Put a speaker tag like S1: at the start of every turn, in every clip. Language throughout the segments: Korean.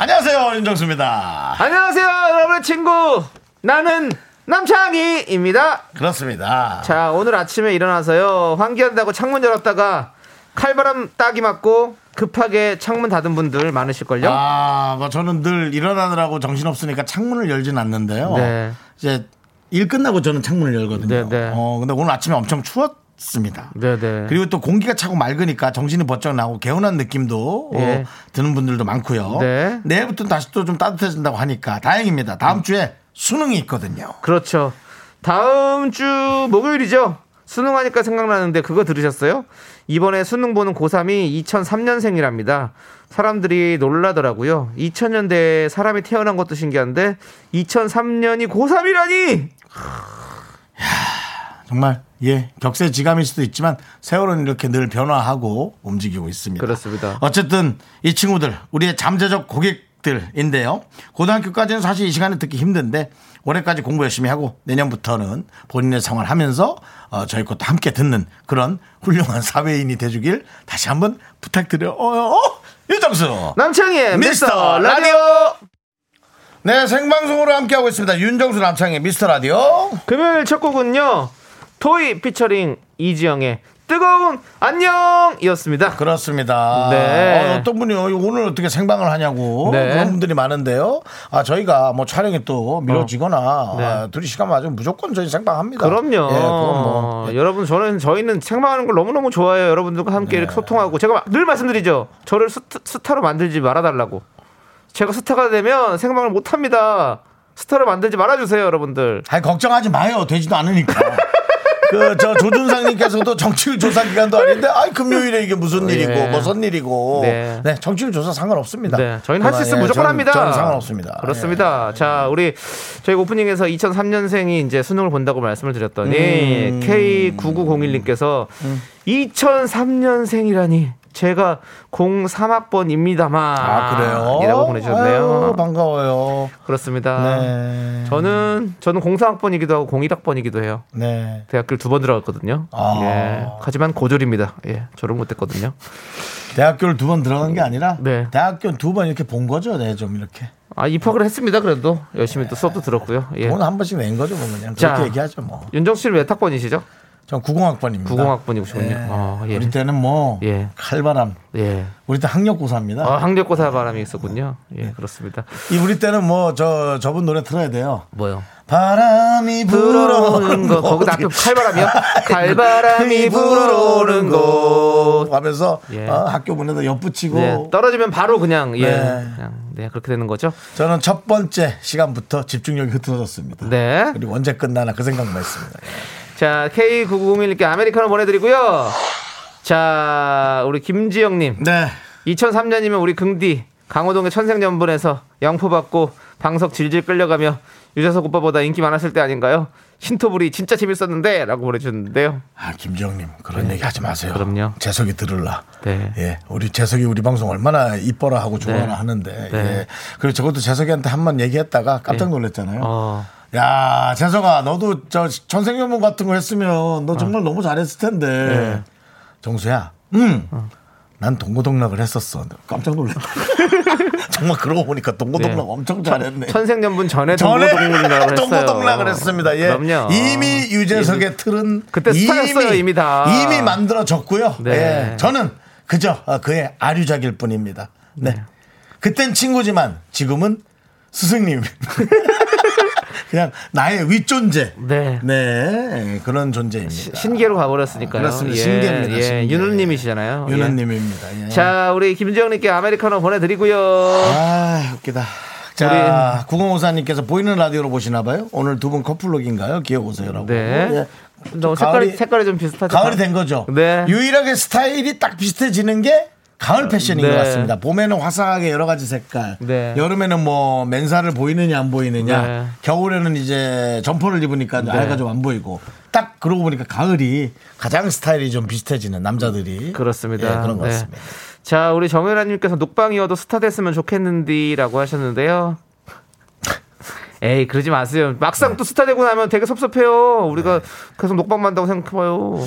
S1: 안녕하세요 윤정수입니다.
S2: 안녕하세요, 여러분의 친구. 나는 남창희입니다.
S1: 그렇습니다.
S2: 자, 오늘 아침에 일어나서요. 환기한다고 창문 열었다가 칼바람 따기 맞고 급하게 창문 닫은 분들 많으실걸요?
S1: 아, 뭐 저는 늘 일어나느라고 정신 없으니까 창문을 열진 않는데요.
S2: 네.
S1: 이제 일 끝나고 저는 창문을 열거든요.
S2: 네, 네.
S1: 어, 근데 오늘 아침에 엄청 추웠습니다.
S2: 네네.
S1: 그리고 또 공기가 차고 맑으니까 정신이 번쩍 나고 개운한 느낌도
S2: 예.
S1: 어, 드는 분들도 많고요.
S2: 네.
S1: 내일부터 다시 또 좀 따뜻해진다고 하니까 다행입니다. 다음 주에 수능이 있거든요.
S2: 그렇죠. 다음 주 목요일이죠. 수능하니까 생각나는데 그거 들으셨어요? 이번에 수능 보는 고3이 2003년생이랍니다. 사람들이 놀라더라고요. 2000년대에 사람이 태어난 것도 신기한데 2003년이 고3이라니!
S1: 정말 예 격세지감일 수도 있지만 세월은 이렇게 늘 변화하고 움직이고 있습니다.
S2: 그렇습니다.
S1: 어쨌든 이 친구들 우리의 잠재적 고객들인데요. 고등학교까지는 사실 이 시간에 듣기 힘든데 올해까지 공부 열심히 하고 내년부터는 본인의 생활하면서 어, 저희 것도 함께 듣는 그런 훌륭한 사회인이 되주길 다시 한번 부탁드려요. 어, 유정수
S2: 남창희의
S1: 미스터
S2: 네, 미스터 라디오!
S1: 네 생방송으로 함께하고 있습니다. 윤정수 남창의 미스터 라디오.
S2: 금요일 첫 곡은요. 토이 피처링 이지영의 뜨거운 안녕이었습니다.
S1: 그렇습니다.
S2: 네.
S1: 어, 떤 분이 오늘 어떻게 생방을 하냐고
S2: 네.
S1: 그런 분들이 많은데요. 아 저희가 뭐 촬영이 또 미뤄지거나
S2: 네.
S1: 아, 둘이 시간 맞으면 무조건 저희 생방합니다.
S2: 그럼요.
S1: 예, 그건 뭐.
S2: 어, 여러분 저는 저희는 생방하는 걸 너무너무 좋아해요. 여러분들과 함께
S1: 네.
S2: 이렇게 소통하고 제가 늘 말씀드리죠. 저를 스타, 로 만들지 말아달라고. 제가 스타가 되면 생방을 못합니다. 스타로 만들지 말아주세요, 여러분들.
S1: 아니 걱정하지 마요. 되지도 않으니까. 그 저 조준상님께서도 정치율 조사 기간도 아닌데 아이 금요일에 이게 무슨 일이고 무슨 일이고 네.
S2: 어, 예. 네.
S1: 정치율 조사 상관없습니다.
S2: 네, 저희는 할 수 있으면
S1: 예,
S2: 무조건
S1: 저는-
S2: 합니다.
S1: 저는 상관없습니다. 예.
S2: 그렇습니다. 자, 우리 저희 오프닝에서 2003년생이 이제 수능을 본다고 말씀을 드렸더니
S1: 음.
S2: K9901님께서 2003년생이라니 제가 03학번입니다만
S1: 아 그래요?
S2: 이라고 보내주셨네요. 아.
S1: 아유, 반가워요.
S2: 그렇습니다.
S1: 네.
S2: 저는 저는 03학번이기도 하고 01학번이기도 해요.
S1: 네.
S2: 대학교를 두 번 들어갔거든요.
S1: 아.
S2: 예. 하지만 고졸입니다. 예. 저를 못했거든요.
S1: 대학교를 두 번 들어간 게 아니라
S2: 네.
S1: 대학교 두 번 이렇게 본 거죠, 네, 좀 이렇게
S2: 아 입학을 했습니다. 그래도 열심히 또 수업도 들었고요. 예.
S1: 돈 한 번씩 낸 거죠, 뭐 그냥 그렇게
S2: 자.
S1: 얘기하죠, 뭐.
S2: 윤정 씨는 몇 학번이시죠?
S1: 전 90학번입니다.
S2: 90학번이시군요. 아, 예.
S1: 우리 때는 뭐
S2: 예.
S1: 칼바람,
S2: 예.
S1: 우리 때 학력고사입니다.
S2: 아, 학력고사 바람이 있었군요. 예, 그렇습니다.
S1: 이 우리 때는 뭐 저 저분 노래 틀어야 돼요.
S2: 뭐요?
S1: 바람이
S2: 불어오는
S1: 불어오는
S2: 거 거기다 아까 칼바람이요? 칼바람이 그 불어오는 곳.
S1: 그 하면서
S2: 예.
S1: 어, 학교 문에다 엿붙이고
S2: 네, 떨어지면 바로 그냥 예,
S1: 네.
S2: 그냥 네 그렇게 되는 거죠.
S1: 저는 첫 번째 시간부터 집중력이 흐트러졌습니다.
S2: 네.
S1: 그리고 언제 끝나나 그 생각만 했습니다.
S2: 자, K9901님께 아메리카노 보내드리고요. 자, 우리 김지영님.
S1: 네,
S2: 2003년이면 우리 긍디 강호동의 천생연분에서 양포 받고 방석 질질 끌려가며 유재석 오빠보다 인기 많았을 때 아닌가요? 신토불이 진짜 재밌었는데 라고 보내주셨는데요.
S1: 아 김지영님 그런 얘기 하지 마세요.
S2: 네. 그럼요.
S1: 재석이 들을라.
S2: 네.
S1: 예, 우리 재석이 우리 방송 얼마나 이뻐라 하고 좋아라 하는데.
S2: 네.
S1: 예. 그리고 저것도 재석이한테 한 번 얘기했다가 깜짝 놀랐잖아요.
S2: 어.
S1: 야 재석아 너도 저 천생연분 같은 거 했으면
S2: 어.
S1: 너 정말 너무 잘했을 텐데.
S2: 네.
S1: 정수야, 음. 난 동고동락을 했었어. 깜짝 놀랐다. 정말 그러고 보니까 동고동락
S2: 네.
S1: 엄청 잘했네.
S2: 천생연분 전에
S1: 전에
S2: 동고동락을 했어요.
S1: 동고동락을 했습니다. 예.
S2: 그럼요. 어, 예.
S1: 이미 유재석의 틀은
S2: 그때 스타였어요, 이미 다.
S1: 이미 만들어졌고요.
S2: 네.
S1: 예. 저는 그저 어, 그의 아류작일 뿐입니다. 네. 그땐 친구지만 지금은 스승님. 그냥 나의 윗존재.
S2: 네.
S1: 네. 예, 그런 존재입니다.
S2: 신계로 가버렸으니까요.
S1: 그렇습니다. 신계입니다,
S2: 예,
S1: 신계.
S2: 윤우님이시잖아요. 예.
S1: 유나님입니다. 예.
S2: 자, 우리 김지영님께 아메리카노 보내드리고요.
S1: 아 웃기다. 자, 9054님께서 보이는 라디오로 보시나 봐요. 오늘 두 분 커플룩인가요? 기어보세요라고.
S2: 네.
S1: 예.
S2: 너무 색깔이,
S1: 가을이-
S2: 색깔이 좀 비슷하죠.
S1: 가을이 된 거죠.
S2: 네.
S1: 유일하게 스타일이 딱 비슷해지는 게 가을 패션인
S2: 네.
S1: 것 같습니다. 봄에는 화사하게 여러 가지 색깔,
S2: 네.
S1: 여름에는 뭐 맨살을 보이느냐 안 보이느냐,
S2: 네.
S1: 겨울에는 이제 점퍼를 입으니까 알가 좀 안 보이고, 딱 그러고 보니까 가을이 가장 스타일이 좀 비슷해지는 남자들이
S2: 그렇습니다.
S1: 예, 그런 것
S2: 네.
S1: 같습니다.
S2: 자, 우리 정혜라님께서 녹방이어도 스타 됐으면 좋겠는디라고 하셨는데요. 에이, 그러지 마세요. 막상 또 스타 되고 나면 되게 섭섭해요.
S1: 네.
S2: 우리가 계속 녹방 만다고 생각해봐요.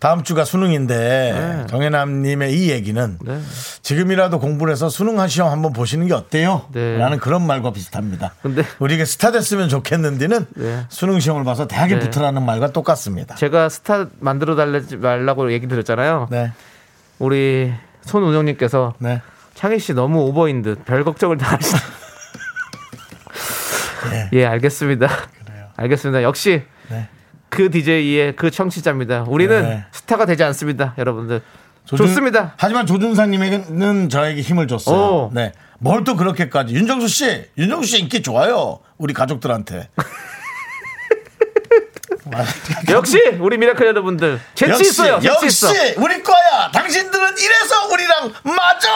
S1: 다음 주가 수능인데 정혜남님의 이 얘기는
S2: 네.
S1: 지금이라도 공부를 해서 수능 한 시험 한번 보시는 게 어때요?
S2: 네.
S1: 라는 그런 말과 비슷합니다.
S2: 근데-
S1: 우리에게 스타 됐으면 좋겠는데는
S2: 네.
S1: 수능 시험을 봐서 대학에
S2: 네.
S1: 붙으라는 말과 똑같습니다.
S2: 제가 스타 만들어 달라지 말라고 얘기 드렸잖아요.
S1: 네,
S2: 우리 손운영님께서
S1: 네.
S2: 창희 씨 너무 오버인 듯 별 걱정을 다 하시네. 예, 알겠습니다. 알겠습니다. 역시
S1: 네.
S2: 그 DJ의 그 청취자입니다. 우리는
S1: 네.
S2: 스타가 되지 않습니다, 여러분들.
S1: 조준-
S2: 좋습니다.
S1: 하지만 조준상님에게는 저에게 힘을 줬어요.
S2: 오.
S1: 네. 뭘 또 그렇게까지. 윤정수 씨, 윤정수 씨 인기 좋아요. 우리 가족들한테.
S2: 역시 우리 미라클 여러분들 재치 있어요. 재치
S1: 역시
S2: 있어.
S1: 우리 거야. 당신들은 이래서 우리랑 맞아.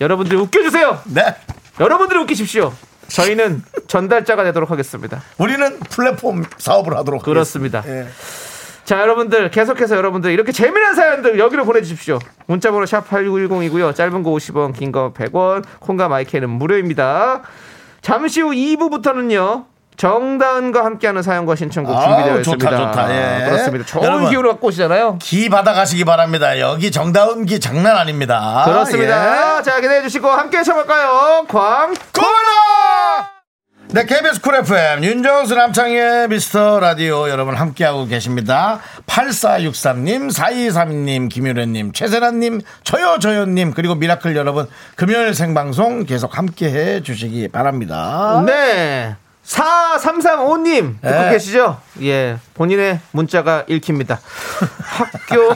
S2: 여러분들 웃겨주세요.
S1: 네.
S2: 여러분들이 웃기십시오. 저희는 전달자가 되도록 하겠습니다.
S1: 우리는 플랫폼 사업을 하도록
S2: 그렇습니다.
S1: 하겠습니다. 예.
S2: 자 여러분들 계속해서 여러분들 이렇게 재미난 사연들 여기로 보내주십시오 문자번호 샵 8910이고요 짧은 거 50원 긴 거 100원 콩과 마이크는 무료입니다 잠시 후 2부부터는요 정다은과 함께하는 사연과 신청곡
S1: 아우,
S2: 준비되어
S1: 좋다,
S2: 있습니다
S1: 좋다, 예.
S2: 그렇습니다 좋은
S1: 여러분.
S2: 기운을 갖고 오시잖아요
S1: 기 받아가시기 바랍니다. 여기 정다운 기 장난 아닙니다.
S2: 그렇습니다
S1: 예.
S2: 자 기대해 주시고 함께 쳐볼까요 광
S1: 고마워! 네, KBS 쿨 FM, 윤정수 남창의 미스터 라디오 여러분 함께하고 계십니다. 8463님, 4232님, 김유래님, 최세란님, 저요저요님, 그리고 미라클 여러분, 금요일 생방송 계속 함께해 주시기 바랍니다.
S2: 네. 4335님 듣고
S1: 예.
S2: 계시죠? 예. 본인의 문자가 읽힙니다. 학교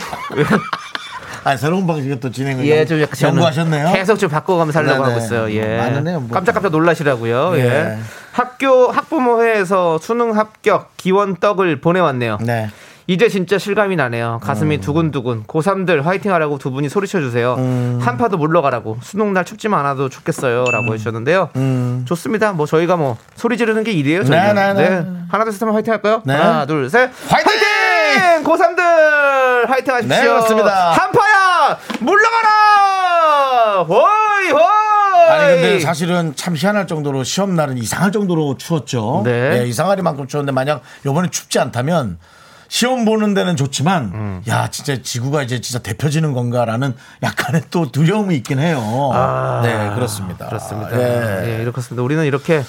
S1: 아, 새로운 방식의 또 진행을
S2: 예,
S1: 연-
S2: 좀 약간 저는
S1: 연구하셨네요.
S2: 계속 좀 바꿔가면서 하려고
S1: 네네.
S2: 하고 있어요. 예.
S1: 많으네요, 뭐.
S2: 깜짝깜짝 놀라시라고요. 예.
S1: 예.
S2: 학교 학부모회에서 수능 합격 기원 떡을 보내왔네요.
S1: 네.
S2: 이제 진짜 실감이 나네요.
S1: 음.
S2: 가슴이 두근두근. 고3들 화이팅 하라고 두 분이 소리쳐 주세요.
S1: 음.
S2: 한파도 물러가라고. 수능 날 춥지만 않아도 좋겠어요. 라고 해주셨는데요. 좋습니다. 뭐 저희가 뭐 소리 지르는 게 일이에요. 저희는.
S1: 음. 네, 네, 네.
S2: 하나, 둘, 셋 하면 화이팅 할까요?
S1: 네.
S2: 하나, 둘, 셋.
S1: 화이팅!
S2: 고3들 화이팅 하십시오.
S1: 네, 그렇습니다.
S2: 한파야! 물러가라! 호이, 호이!
S1: 아니 근데 사실은 참 희한할 정도로 시험 날은 이상할 정도로 추웠죠.
S2: 네.
S1: 예, 이상하리만큼 추웠는데 만약 요번에 춥지 않다면 시험 보는 데는 좋지만
S2: 음.
S1: 야 진짜 지구가 이제 진짜 데펴지는 건가라는 약간의 또 두려움이 있긴 해요. 네 그렇습니다.
S2: 아, 그렇습니다.
S1: 예.
S2: 예, 이렇게 습니다 우리는 이렇게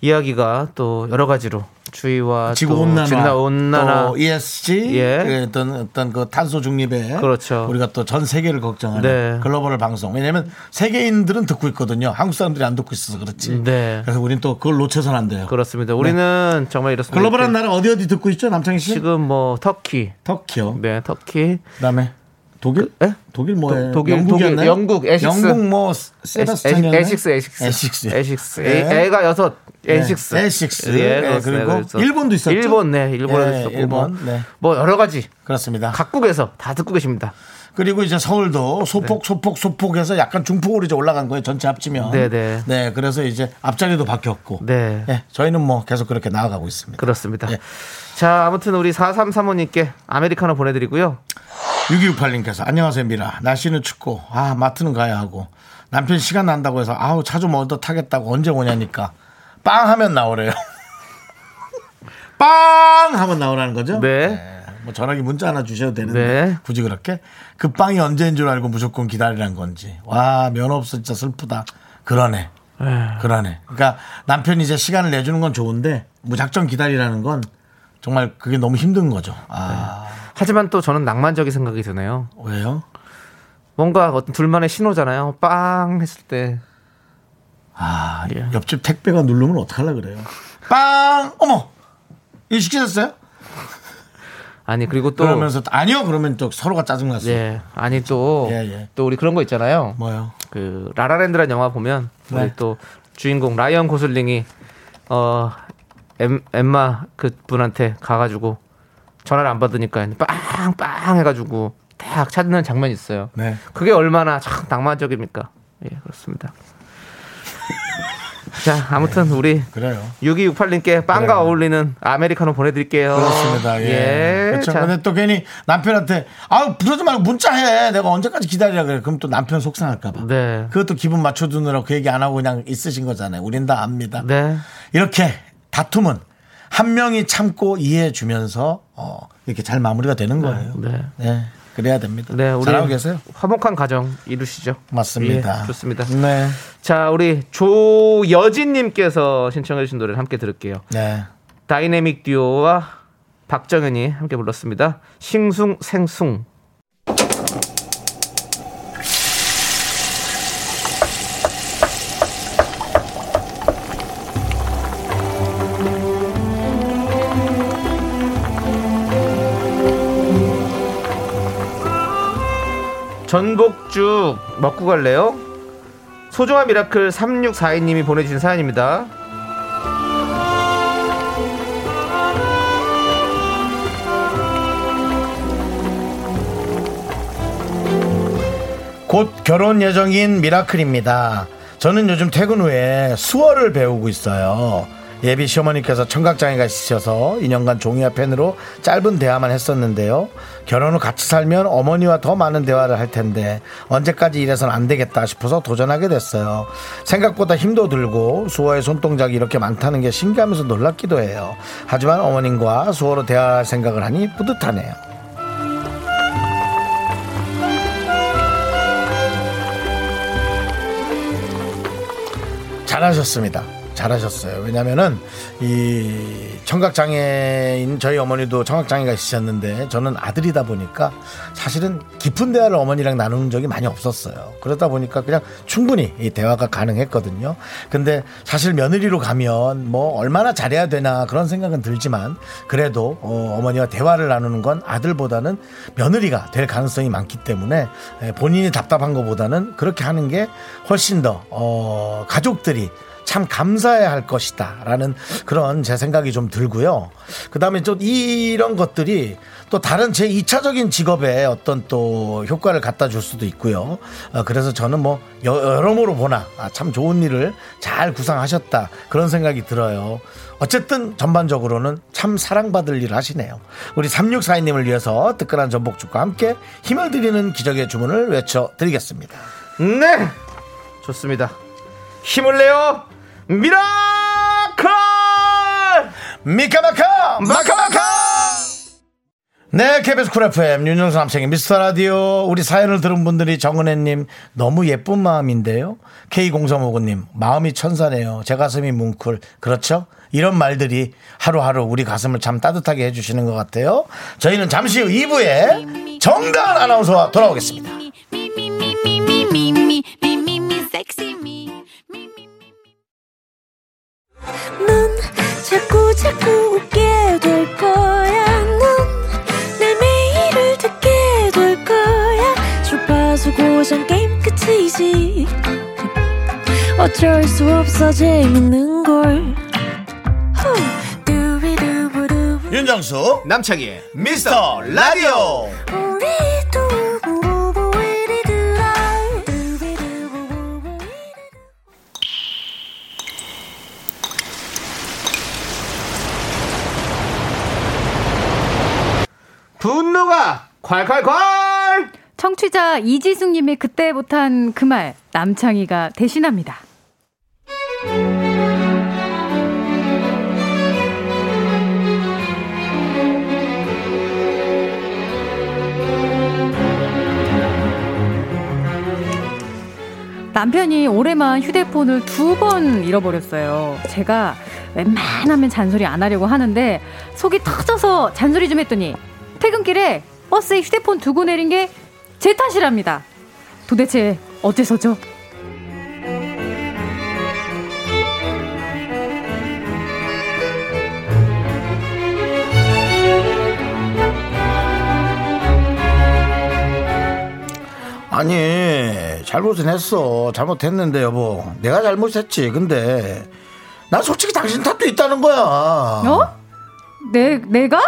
S2: 이야기가 또 여러 가지로 주의와
S1: 지구
S2: 또
S1: 온난화,
S2: 지구나 온난화
S1: 또 ESG,
S2: 예.
S1: 예, 어떤 어떤 그 탄소 중립에
S2: 그렇죠.
S1: 우리가 또 전 세계를 걱정하는
S2: 네.
S1: 글로벌 방송. 왜냐하면 세계인들은 듣고 있거든요. 한국 사람들이 안 듣고 있어서 그렇지.
S2: 네. 그렇죠.
S1: 그래서 우린 또 그걸 놓쳐선 안 돼요.
S2: 그렇습니다. 우리는 정말 이렇습니다.
S1: 네. 글로벌한
S2: 이렇게
S1: 나라 어디 어디 듣고 있죠, 남창희 씨?
S2: 네, 지금 뭐 터키,
S1: 터키요.
S2: 네 터키,
S1: 그다음에 독일?
S2: 그- 에?
S1: 독일 뭐예요?
S2: 독일, 독일, 영국, 에식스.
S1: 영국 뭐
S2: 에식스,
S1: 세바스찬이었나요?
S2: 에식스, 에식스,
S1: 에식스.
S2: 에식스.
S1: 예.
S2: 에- 애가 여섯,
S1: 네.
S2: 에식스,
S1: 에식스.
S2: 예,
S1: 예,
S2: 그렇습니다.
S1: 그리고
S2: 그래서
S1: 일본도 있었죠?
S2: 일본, 네, 일본에도
S1: 예,
S2: 있었고
S1: 일본,
S2: 뭐,
S1: 네.
S2: 뭐 여러 가지
S1: 그렇습니다.
S2: 각국에서 다 듣고 계십니다.
S1: 그리고 이제 서울도 소폭 소폭 소폭에서 약간 중폭으로 이제 올라간 거예요. 전체 합치면.
S2: 네, 네.
S1: 네, 그래서 이제 앞자리도 바뀌었고.
S2: 네.
S1: 예, 저희는 뭐 계속 그렇게 나아가고 있습니다.
S2: 그렇습니다.
S1: 예.
S2: 자, 아무튼 우리 4335님께 아메리카노 보내드리고요.
S1: 6268님께서 안녕하세요 미라 날씨는 춥고 아 마트는 가야 하고 남편 시간 난다고 해서 아우 차 좀 얻어 타겠다고 언제 오냐니까 빵 하면 나오래요 빵 하면 나오라는 거죠
S2: 네.
S1: 뭐 전화기 문자 하나 주셔도 되는데
S2: 네.
S1: 굳이 그렇게 그 빵이 언제인 줄 알고 무조건 기다리란 건지 와 면허 없어 진짜 슬프다 그러네 그러네 그러니까 남편이 이제 시간을 내주는 건 좋은데 무작정 기다리라는 건 정말 그게 너무 힘든 거죠
S2: 네.
S1: 아
S2: 하지만 또 저는 낭만적인 생각이 드네요.
S1: 왜요
S2: 뭔가 어떤 둘만의 신호잖아요. 빵 했을 때.
S1: 아, 옆집 택배가 누르면 어떡하려 그래요? 빵! 어머! 이 시키셨어요?
S2: 아니 그리고 또
S1: 그러면서 또 아니요! 그러면 또 서로가 짜증났어요.
S2: 예 아니 또 또
S1: 예, 예.
S2: 우리 그런 거 있잖아요.
S1: 뭐요?
S2: 그 라라랜드라는 영화 보면
S1: 네.
S2: 우리 또 주인공 라이언 고슬링이 어 엠, 그 마 그분한테 가가지고 전화를 안 받으니까 빵빵 해가지고 딱 찾는 장면이 있어요.
S1: 네.
S2: 그게 얼마나 참 낭만적입니까? 예, 그렇습니다. 자, 아무튼 우리
S1: 그래요.
S2: 6268님께 빵과
S1: 그래요.
S2: 어울리는 아메리카노 보내드릴게요.
S1: 그렇습니다. 예. 그렇죠.
S2: 자,
S1: 근데 또 괜히 남편한테 아 부르지 말고 문자해. 내가 언제까지 기다리라 그래. 그럼 또 남편 속상할까봐.
S2: 네.
S1: 그것도 기분 맞춰주느라 그 얘기 안 하고 그냥 있으신 거잖아요. 우린 다 압니다.
S2: 네.
S1: 이렇게 다툼은 한 명이 참고 이해해주면서 어, 이렇게 잘 마무리가 되는 거예요.
S2: 네.
S1: 네, 그래야 됩니다.
S2: 네, 우리
S1: 잘하고 계세요.
S2: 화목한 가정 이루시죠.
S1: 맞습니다.
S2: 예, 좋습니다.
S1: 네.
S2: 자, 우리 조여진님께서 신청해주신 노래를 함께 들을게요.
S1: 네.
S2: 다이내믹 듀오와 박정현이 함께 불렀습니다. 싱숭 생숭. 전복죽 먹고 갈래요? 소중한 미라클 3642님이 보내주신 사연입니다.
S1: 곧 결혼 예정인 미라클입니다. 저는 요즘 퇴근 후에 수어를 배우고 있어요. 예비 시어머니께서 청각장애가 있으셔서 2년간 종이와 펜으로 짧은 대화만 했었는데요. 결혼 후 같이 살면 어머니와 더 많은 대화를 할 텐데 언제까지 이래선 안 되겠다 싶어서 도전하게 됐어요. 생각보다 힘도 들고 수어의 손동작이 이렇게 많다는 게 신기하면서 놀랍기도 해요. 하지만 어머님과 수어로 대화할 생각을 하니 뿌듯하네요. 잘하셨습니다. 잘하셨어요. 왜냐면은 이 청각 장애인 저희 어머니도 청각 장애가 있으셨는데 저는 아들이다 보니까 사실은 깊은 대화를 어머니랑 나누는 적이 많이 없었어요. 그러다 보니까 그냥 충분히 이 대화가 가능했거든요. 근데 사실 며느리로 가면 뭐 얼마나 잘해야 되나 그런 생각은 들지만 그래도 어, 어머니와 대화를 나누는 건 아들보다는 며느리가 될 가능성이 많기 때문에 에, 본인이 답답한 것보다는 그렇게 하는 게 훨씬 더 어, 가족들이 참 감사해야 할 것이다라는 그런 제 생각이 좀 들고요. 그다음에 좀 이런 것들이 또 다른 제 2차적인 직업에 어떤 또 효과를 갖다 줄 수도 있고요. 어, 그래서 저는 뭐 여- 여러모로 보나 아, 참 좋은 일을 잘 구상하셨다 그런 생각이 들어요. 어쨌든 전반적으로는 참 사랑받을 일 하시네요. 우리 3642님을 위해서 뜨끈한 전복죽과 함께 힘을 드리는 기적의 주문을 외쳐드리겠습니다.
S2: 네 좋습니다 힘을 내요 미라클
S1: 미카마카! 마카마카! 네, KBS 쿨 FM, 윤정수 남성의 미스터 라디오. 우리 사연을 들은 분들이 정은혜님, 너무 예쁜 마음인데요. K0359님, 마음이 천사네요. 제 가슴이 뭉클. 그렇죠? 이런 말들이 하루하루 우리 가슴을 참 따뜻하게 해주시는 것 같아요. 저희는 잠시 후 2부에 정다은 아나운서와 돌아오겠습니다.
S3: 넌 자꾸 자꾸 웃게 될 거야. 넌내 매일을 듣게 될 거야. 주파수 고정 게임 끝이지. 어쩔 수 없어 재밌는 걸. 후. 두비두부두.
S1: 윤정수,
S2: 남창희의
S1: 미스터 라디오.
S3: 우리 두부부부 우리 두라. 두비두부부부 우리 두라.
S2: 분노가 콸콸콸
S4: 청취자 이지숙님이 그때 못한 그 말 남창희가 대신합니다. 남편이 올해만 휴대폰을 두 번 잃어버렸어요. 제가 웬만하면 잔소리 안 하려고 하는데 속이 터져서 잔소리 좀 했더니 퇴근길에 버스에 휴대폰 두고 내린 게 제 탓이랍니다. 도대체 어째서죠?
S1: 아니 잘못은 했어 잘못했는데 여보 내가 잘못했지 근데 난 솔직히 당신 탓도 있다는 거야
S4: 어? 내 내가?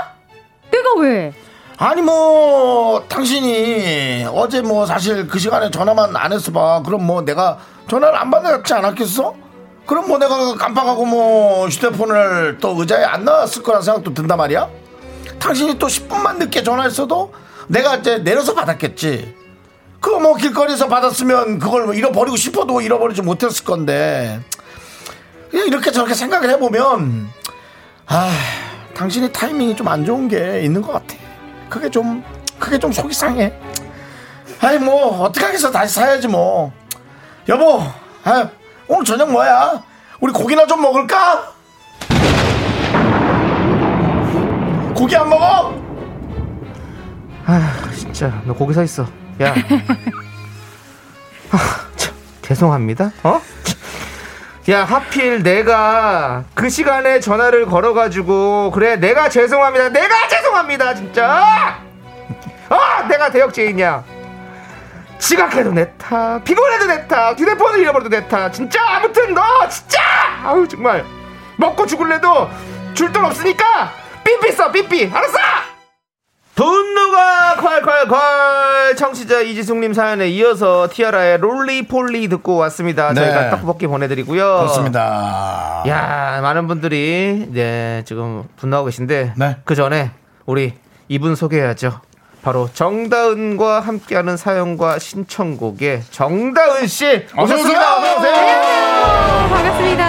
S4: 내가 왜?
S1: 아니 뭐 당신이 어제 뭐 사실 그 시간에 전화만 안 했어 봐. 그럼 뭐 내가 전화를 안 받았지 않았겠어? 그럼 뭐 내가 깜빡하고 뭐 휴대폰을 또 의자에 안 놨을 거란 생각도 든단 말이야. 당신이 또 10분만 늦게 전화했어도 내가 이제 내려서 받았겠지. 그 뭐 길거리에서 받았으면 그걸 뭐 잃어버리고 싶어도 잃어버리지 못했을 건데 그냥 이렇게 저렇게 생각을 해보면 아 당신이 타이밍이 좀 안 좋은 게 있는 것 같아 그게 좀 그게 좀 속이 상해 아이 뭐 어떡하겠어 다시 사야지 뭐 여보 아 오늘 저녁 뭐야 우리 고기나 좀 먹을까 고기 안 먹어
S2: 진짜 너 고기 사 있어. 야. 아, 참, 죄송합니다. 어? 야 하필 내가 그 시간에 전화를 걸어가지고 그래 내가 죄송합니다. 내가 죄송합니다 진짜. 아 내가 대역죄인이야. 지각해도 내타 피곤해도 내타 휴대폰을 잃어버려도 내타 진짜 아무튼 너 진짜 아우 정말 먹고 죽을래도 줄 돈 없으니까 삐삐 써 삐삐 알았어. 분노가 콸콸콸 청취자 이지숙님 사연에 이어서 티아라의 롤리폴리 듣고 왔습니다.
S1: 네.
S2: 저희가 떡볶이 보내드리고요.
S1: 그렇습니다
S2: 야 많은 분들이 네 지금 분노하고 계신데
S1: 네.
S2: 그 전에 우리 이분 소개해야죠. 바로 정다은과 함께하는 사연과 신청곡의 정다은 씨
S1: 어서
S2: 오셨습니다.
S1: 오세요.
S2: 어서 오세요.
S4: 네, 반갑습니다.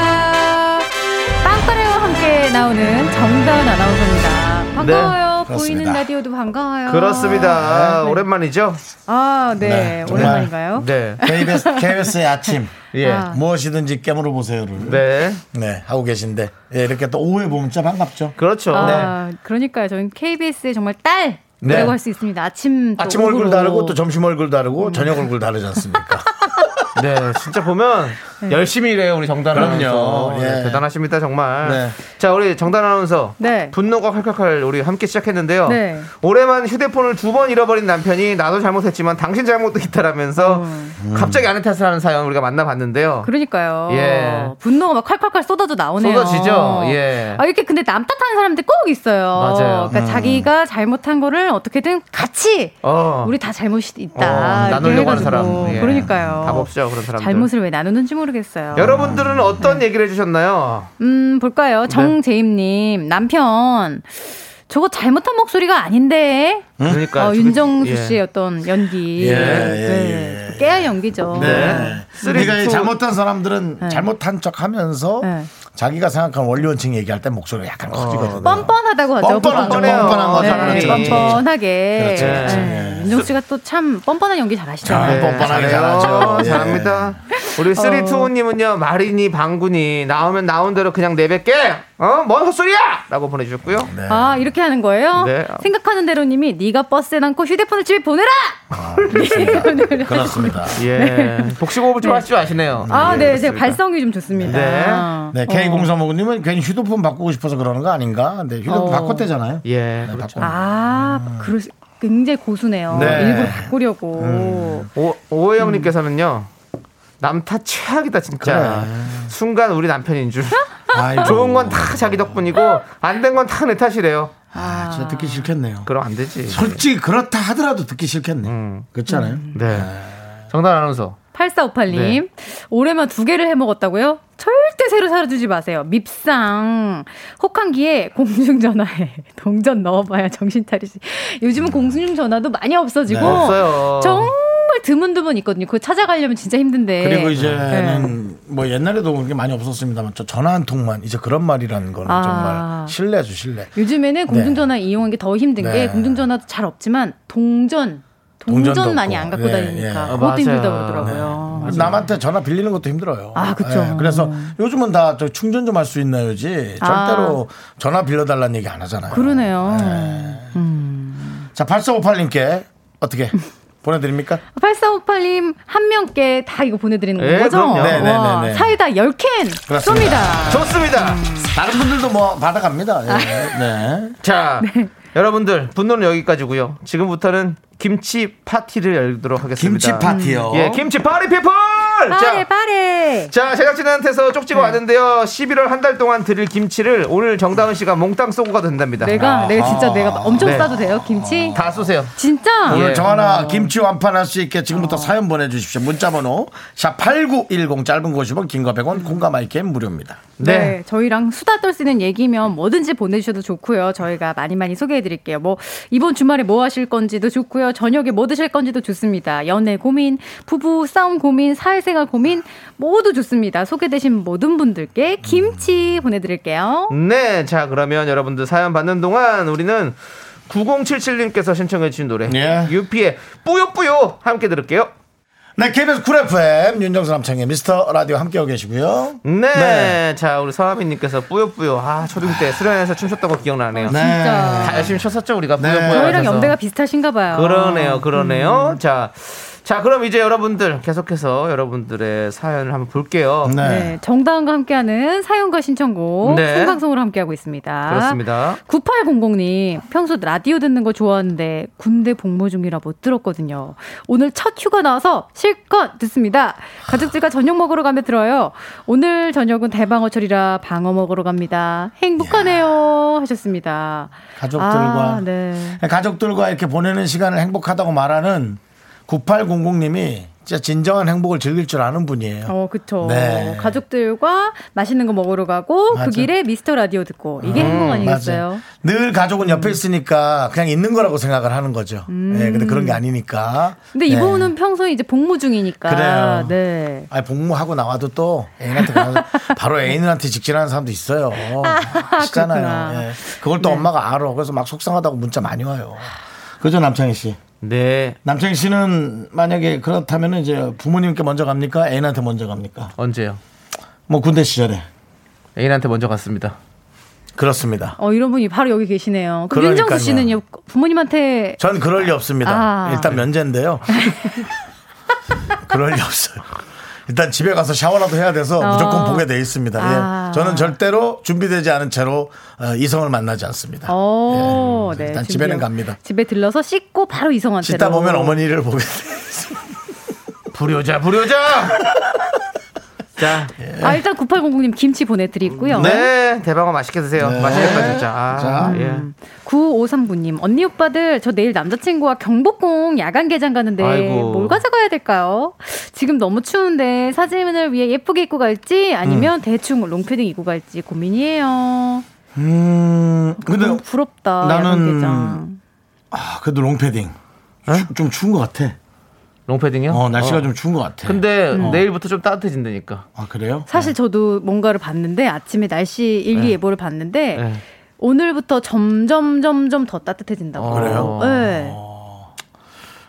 S4: 빵빠레와 함께 나오는 정다은 아나운서입니다.
S2: 네,
S4: 반가워요.
S1: 그렇습니다.
S4: 보이는 라디오도 반가워요.
S2: 그렇습니다. 오랜만이죠?
S4: 아, 네.
S1: 네, 정말.
S4: 오랜만인가요?
S2: 네.
S1: KBS, KBS의 아침
S2: 예.
S4: 아.
S1: 무엇이든지 깨물어 보세요를
S2: 네.
S1: 네 하고 계신데 예, 이렇게 또 오후에 보면 진짜 반갑죠.
S2: 그렇죠.
S4: 아, 그러니까요. 저는 KBS의 정말 딸!
S1: 네.
S4: 라고 할 수 있습니다. 아침 또
S1: 아침 얼굴
S4: 오후로.
S1: 다르고 또 점심 얼굴 다르고
S2: 음.
S1: 저녁 얼굴 다르지 않습니까?
S2: 네, 진짜 보면 네. 열심히 일해요 우리 정단
S1: 그럼요.
S2: 아나운서.
S1: 예.
S2: 네, 대단하십니다 정말.
S1: 네.
S2: 자 우리 정단 아나운서.
S4: 네.
S2: 분노가 칼칼칼 우리 함께 시작했는데요.
S4: 네.
S2: 올해만 휴대폰을 두 번 잃어버린 남편이 나도 잘못했지만 당신 잘못도 있다라면서
S1: 음.
S2: 갑자기 아내 탓을 하는 사연 우리가 만나봤는데요.
S4: 음. 그러니까요.
S2: 예.
S4: 분노가 막 칼칼칼 쏟아져 나오네요.
S2: 쏟아지죠? 예.
S4: 아, 이렇게 근데 남 탓하는 사람들 꼭 있어요.
S2: 맞아요. 음.
S4: 그러니까 자기가 잘못한 거를 어떻게든 같이
S2: 어.
S4: 우리 다 잘못이 있다.
S2: 어,
S4: 이렇게
S2: 나누려고 하는
S4: 해가지고.
S2: 사람. 예.
S4: 그러니까요.
S2: 답 없죠 그런 사람들.
S4: 잘못을 왜 나누는지 모르겠어요.
S2: 여러분들은 어떤 얘기를 해주셨나요?
S4: 음, 볼까요? 정재임님, 남편. 저거 잘못한 목소리가 아닌데.
S2: 그러니까
S4: 어, 윤정수 씨의 어떤 연기.
S1: 예, 예,
S4: 네.
S1: 예.
S4: 깨알 연기죠.
S1: 네.
S2: 쓰리,
S1: 우리가 이
S2: 투. 네.
S1: 잘못한 사람들은 잘못한 척하면서
S4: 네.
S1: 자기가 생각한 원리원칙 얘기할 때 목소리가 약간
S2: 어,
S1: 커지거든요.
S4: 뻔뻔하다고 하죠.
S1: 뻔뻔한 거,
S2: 뻔뻔해요.
S1: 뻔뻔한 거죠.
S4: 네,
S1: 그렇죠.
S4: 뻔뻔하게.
S1: 그렇죠, 그렇죠.
S4: 네.
S1: 예.
S4: 윤정수 씨가 또 참 뻔뻔한 연기
S1: 아,
S4: 잘하시잖아요.
S1: 네. 뻔뻔하게 잘하죠. 예. 어.
S2: 잘합니다. 우리 쓰리투오님은요 마린이 방군이 나오면 나온 대로 그냥 내뱉게 어뭔 헛소리야라고 보내주셨고요.
S1: 네.
S4: 아 이렇게 하는 거예요?
S2: 네.
S4: 생각하는 대로님이 네가 버스에 넣고 휴대폰을 집에 보내라.
S1: 아,
S2: 네.
S1: 그렇습니다. 그렇습니다.
S2: 예 복식호흡을 좀 할 줄 아시네요. 예,
S4: 네. 아, 네,
S2: 제
S4: 제가 발성이 좀 좋습니다.
S2: 네.
S4: 아,
S1: 네, K0359님은 괜히 휴대폰 바꾸고 싶어서 그러는 거 아닌가? 근데 휴대폰
S4: 어.
S1: 바꿨대잖아요.
S2: 예
S1: 네,
S2: 그렇죠.
S1: 바꿔.
S4: 아, 그러 굉장히 고수네요.
S1: 네.
S4: 일부러 바꾸려고.
S2: 오 오해영님께서는요 남타 최악이다 진짜. 순간 우리 남편인 줄.
S1: 아이고.
S2: 좋은 건 다 자기 덕분이고 안 된 건 다 내 탓이래요.
S1: 아, 진짜 듣기 싫겠네요.
S2: 그럼 음. 안 되지.
S1: 솔직히 그렇다 하더라도 듣기 싫겠네. 그렇지 않아요?
S2: 네. 정단 아나운서.
S4: 8458님, 올해만 두 개를 해 먹었다고요? 절대 새로 사주지 마세요. 밉상. 혹한기에 공중전화에 동전 넣어봐야 정신 차리지. 요즘은 공중전화도 많이 없어지고.
S1: 네,
S2: 없어요.
S4: 정말 드문드문 있거든요. 그거 찾아가려면 진짜 힘든데.
S1: 그리고 이제는
S4: 예.
S1: 뭐 옛날에도 그렇게 많이 없었습니다만 저 전화 한 통만 이제 그런 말이라는 거는
S4: 아.
S1: 정말 신뢰죠 신뢰.
S4: 요즘에는 공중전화 이용하는 게 더 힘든
S1: 네.
S4: 게 공중전화도 잘 없지만 동전. 동전
S1: 동전도
S4: 많이
S1: 없고.
S4: 안 갖고
S1: 예, 네,
S4: 다니니까
S1: 예.
S4: 그것도
S2: 맞아요.
S4: 힘들다고 그러더라고요.
S1: 남한테 전화 빌리는 것도 힘들어요. 예,
S4: 아, 그쵸.
S1: 그래서 요즘은 다 저 충전 좀 할 수 있나요지
S4: 아.
S1: 절대로 전화 빌려달라는 얘기 안 하잖아요.
S4: 그러네요.
S1: 자 8458님께 어떻게 보내드립니까?
S4: 8458님 한 명께 다 이거 보내드리는
S2: 예,
S4: 거죠?
S2: 그럼요.
S1: 네, 네,
S4: 와,
S1: 네, 네.
S4: 사이다 10캔
S1: 그렇습니다.
S4: 쏩니다.
S2: 좋습니다.
S1: 다른 분들도 뭐 받아갑니다. 예, 네.
S2: 자, 여러분들 분노는 여기까지고요. 지금부터는 김치 파티를 열도록 하겠습니다.
S1: 김치 파티요.
S2: 예, 김치 파티 피플! 자,
S4: 파래 파래.
S2: 자, 제작진한테서 쪽지가 왔는데요. 11월 한 달 동안 드릴 김치를 오늘 정다은 씨가 몽땅 쏘고 가도 된답니다.
S4: 내가 내가 진짜 내가 엄청
S2: 네.
S4: 싸도 돼요 김치?
S2: 다 쏘세요.
S4: 진짜?
S1: 아, 오늘
S2: 예.
S1: 정하나 김치 완판 할 수 있게 지금부터 사연 보내주십시오. 문자번호 샵8910 짧은 거 50원 긴거 100원 공감 마이캠 무료입니다.
S4: 네.
S2: 네.
S4: 저희랑 수다 떨 수 있는 얘기면 뭐든지 보내주셔도 좋고요. 저희가 많이 많이 소개해드릴게요. 뭐 이번 주말에 뭐 하실 건지도 좋고요. 저녁에 뭐 드실 건지도 좋습니다. 연애 고민, 부부 싸움 고민, 사회생활 고민 모두 좋습니다. 소개되신 모든 분들께 김치 보내드릴게요.
S2: 네, 자 그러면 여러분들 사연 받는 동안 우리는 9077님께서 신청해 주신 노래
S1: 예.
S2: 유피의 뿌요뿌요 함께 들을게요.
S1: 네, KBS 쿨 FM 윤정수 남창의 미스터 라디오 함께하고 계시고요.
S2: 네,
S1: 네.
S2: 자 우리 서하민님께서 뿌요뿌요 아 초등 때 수련회에서 춤췄던 거 기억나네요.
S4: 진짜.
S2: 다 열심히 췄었죠 우리가
S1: 네.
S2: 뿌요뿌요.
S4: 저희랑
S2: 하셔서.
S4: 연배가 비슷하신가 봐요.
S2: 예. 그러네요,
S1: 음.
S2: 그러네요. 자, 자 그럼 이제 여러분들 계속해서 여러분들의 사연을 한번 볼게요.
S1: 네.
S4: 네, 정다은과 함께하는 사연과 신청곡
S2: 예. 네.
S4: 생방송으로 함께하고 있습니다.
S2: 그렇습니다.
S4: 9800님, 평소 라디오 듣는 거 좋아하는데 군대 복무 중이라 못 들었거든요. 오늘 첫 휴가 나와서 실컷 듣습니다. 가족들과 저녁 먹으러 가며 들어요. 오늘 저녁은 대방어철이라 방어 먹으러 갑니다. 행복하네요. 하셨습니다.
S1: 가족들과.
S4: 아, 네.
S1: 가족들과 이렇게 보내는 시간을 행복하다고 말하는 9800님이 진짜 진정한 행복을 즐길 줄 아는 분이에요.
S4: 어, 그쵸.
S1: 네.
S4: 가족들과 맛있는 거 먹으러 가고
S1: 맞아. 음,
S4: 그 길에 미스터 라디오 듣고 이게 행복 아니겠어요? 음.
S1: 맞아요. 늘 가족은 옆에 있으니까 그냥 있는 거라고 생각을 하는 거죠. 네, 근데 그런 게 아니니까.
S4: 근데
S1: 네.
S4: 이분은 평소에 이제 복무 중이니까.
S1: 그래요.
S4: 네.
S1: 아니 복무하고 나와도 또 애인한테 가서 바로 애인한테 직진하는 사람도 있어요.
S4: 아, 그렇구나. 네.
S1: 있잖아요. 예. 그걸 또 엄마가 알아. 그래서 막 속상하다고 문자 많이 와요. 그죠 남창희 씨.
S2: 네,
S1: 남창희 씨는 만약에 그렇다면 이제 부모님께 먼저 갑니까? 애인한테 먼저 갑니까?
S2: 언제요?
S1: 뭐 군대 시절에
S2: 애인한테 먼저 갔습니다.
S1: 그렇습니다.
S4: 어, 이런 분이 바로 여기 계시네요. 그럼
S1: 그러니까요.
S4: 윤정수 씨는요, 부모님한테
S1: 전 그럴 리 없습니다.
S4: 아.
S1: 일단 면제인데요. 그럴 리 없어요. 일단 집에 가서 샤워라도 해야 돼서
S4: 어.
S1: 무조건 보게 돼 있습니다. 예.
S4: 아.
S1: 저는 절대로 준비되지 않은 채로 어, 이성을 만나지 않습니다.
S4: 어,
S1: 예.
S4: 네.
S1: 일단
S4: 준비하고-
S1: 집에는 갑니다.
S4: 집에 들러서 씻고 바로 이성한테.
S1: 씻다 보면 어머니를 보게 돼.
S2: 불효자, 불효자. 자,
S4: 아, 일단 9800님 김치 보내드리고요.
S2: 네, 대방어 맛있게 드세요.
S1: 네.
S2: 맛있겠다 진짜. 아,
S1: 자.
S2: 예.
S4: 9539님, 언니 오빠들, 저 내일 남자친구와 경복궁 야간 개장 가는데
S2: 아이고.
S4: 뭘 가져가야 될까요? 지금 너무 추운데 사진을 위해 예쁘게 입고 갈지 아니면 대충 롱패딩 입고 갈지 고민이에요.
S1: 음,
S4: 너무
S1: 근데
S4: 부럽다. 야간
S1: 나는-
S4: 개장.
S1: 아, 그래도 롱패딩 추- 좀 추운 것 같아.
S2: 롱패딩이요?
S1: 어, 날씨가 네. 좀 추운 것 같아.
S2: 근데 내일부터 좀 따뜻해진다니까.
S1: 아 그래요?
S4: 사실 저도 뭔가를 봤는데 아침에 날씨 일기 예보를 봤는데
S2: 네.
S4: 오늘부터 점점 점점 더 따뜻해진다고.
S2: 어.
S1: 아, 그래요?
S4: 네.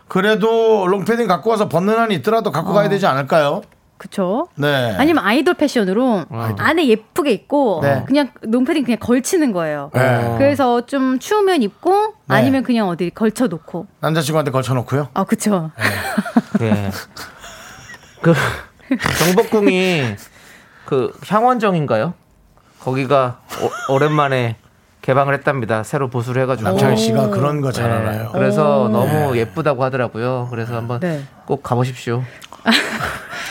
S1: 그래도 롱패딩 갖고 와서 벗는 한이 있더라도 갖고 가야 되지 않을까요?
S4: 그쵸?
S1: 네.
S4: 아니면 아이돌 패션으로 안에 예쁘게 입고
S1: 네.
S4: 그냥 롱패딩 그냥 걸치는 거예요.
S1: 네.
S4: 그래서 좀 추우면 입고
S1: 네.
S4: 아니면 그냥 어디 걸쳐 놓고.
S1: 남자친구한테 걸쳐놓고요.
S4: 아, 그쵸.
S2: 네. 그 경복궁이 그 향원정인가요? 거기가 오, 랜만에 개방을 했답니다. 새로 보수를 해가지고.
S1: 남창희 씨가
S4: 오.
S1: 그런 거 잘
S2: 네,
S1: 알아요.
S2: 그래서 너무
S1: 네.
S2: 예쁘다고 하더라고요. 그래서 한번
S4: 네.
S2: 꼭 가보십시오.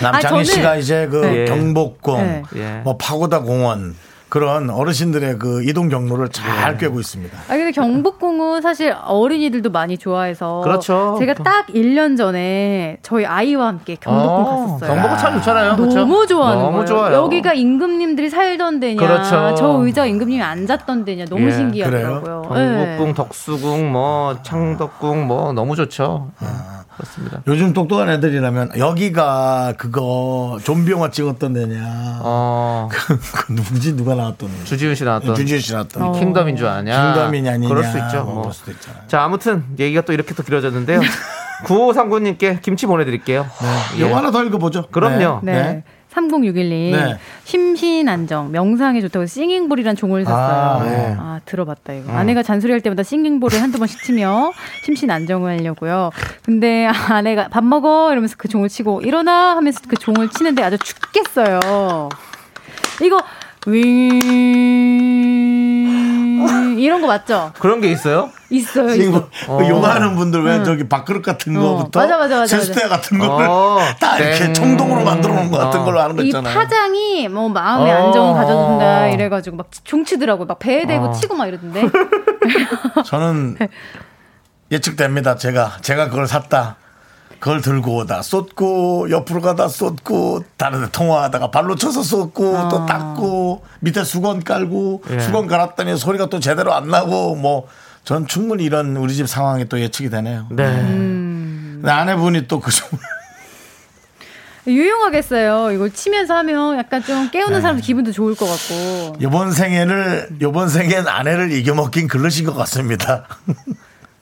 S1: 남창희
S4: 아, 저는-
S1: 씨가 이제 그
S4: 네.
S1: 경복궁,
S2: 네.
S1: 뭐 파고다 공원 그런 어르신들의 그 이동 경로를 잘 꿰고 있습니다.
S4: 아, 근데 경복궁은 사실 어린이들도 많이 좋아해서.
S2: 그렇죠.
S4: 제가 딱 1년 전에 저희 아이와 함께 경복궁
S2: 어,
S4: 갔었어요.
S2: 경복궁 참 좋잖아요. 그렇죠?
S4: 너무 좋아하는
S2: 너무
S4: 거예요.
S2: 좋아요.
S4: 여기가 임금님들이 살던 데냐,
S2: 그렇죠.
S4: 저 의자 임금님이 앉았던 데냐 너무
S2: 예,
S4: 신기하더라고요.
S2: 경복궁,
S4: 네.
S2: 덕수궁, 뭐 창덕궁, 뭐 너무 좋죠. 예,
S1: 아.
S2: 그렇습니다.
S1: 요즘 똑똑한 애들이라면 여기가 그거 좀비 영화 찍었던 데냐.
S2: 어,
S1: 그 누구지 누가 나왔던
S2: 주지훈 씨 나왔던
S1: 주지훈 씨 나왔던
S4: 어.
S2: 킹덤인 줄 아냐?
S1: 킹덤이냐 아니냐
S2: 그럴 수 있죠.
S1: 뭐
S2: 뭐.
S1: 그럴 수도 있잖아요.
S2: 자 아무튼 얘기가 또 이렇게 또 길어졌는데요. 9539님께 김치 보내드릴게요. 예.
S1: 요거 하나 더 읽어보죠.
S2: 그럼요.
S4: 네. 3061님
S1: 아, 네.
S4: 심신안정 명상에 좋다고 싱잉볼이란 종을 샀어요. 아,
S1: 아, 네.
S4: 들어봤다 이거. 아내가 잔소리할 때마다 싱잉볼을 한두 번씩 치며 심신안정을 하려고요. 근데 아내가 밥 먹어 이러면서 그 종을 치고 일어나 하면서 그 종을 치는데 아주 죽겠어요. 이거 윙 이런 거 맞죠?
S2: 그런 게 있어요?
S4: 있어요. 있어요.
S1: 지금 그 요가하는 분들 왜 저기 밥그릇 같은
S4: 어,
S1: 거부터
S4: 음. 맞아, 맞아, 맞아,
S1: 세수대 같은 거를
S2: 어,
S1: 다 이렇게
S2: 땡.
S1: 총동으로 만들어 놓은 거 같은
S2: 어.
S1: 걸로 하는 거
S4: 이
S1: 있잖아요.
S4: 파장이 뭐 마음의
S2: 어.
S4: 안정을 가져준다 이래가지고 막 종치더라고 막 배에 대고
S1: 어.
S4: 치고 막 이러던데
S1: 저는 예측됩니다. 제가 제가 그걸 샀다. 그걸 들고 오다 쏟고 옆으로 가다 쏟고 다른 데 통화하다가 발로 쳐서 쏟고 또 닦고 밑에 수건 깔고
S2: 예.
S1: 수건 갈았더니 소리가 또 제대로 안 나고 뭐 전 충분히 이런 우리 집 상황이 또 예측이 되네요.
S2: 네.
S1: 근데 아내분이 또 그 좀
S4: 유용하겠어요. 이걸 치면서 하면 약간 좀 깨우는
S2: 네.
S4: 사람 기분도 좋을 것 같고
S1: 요번 생에를 요번 생엔 아내를 이겨먹긴 그릇인 것 같습니다.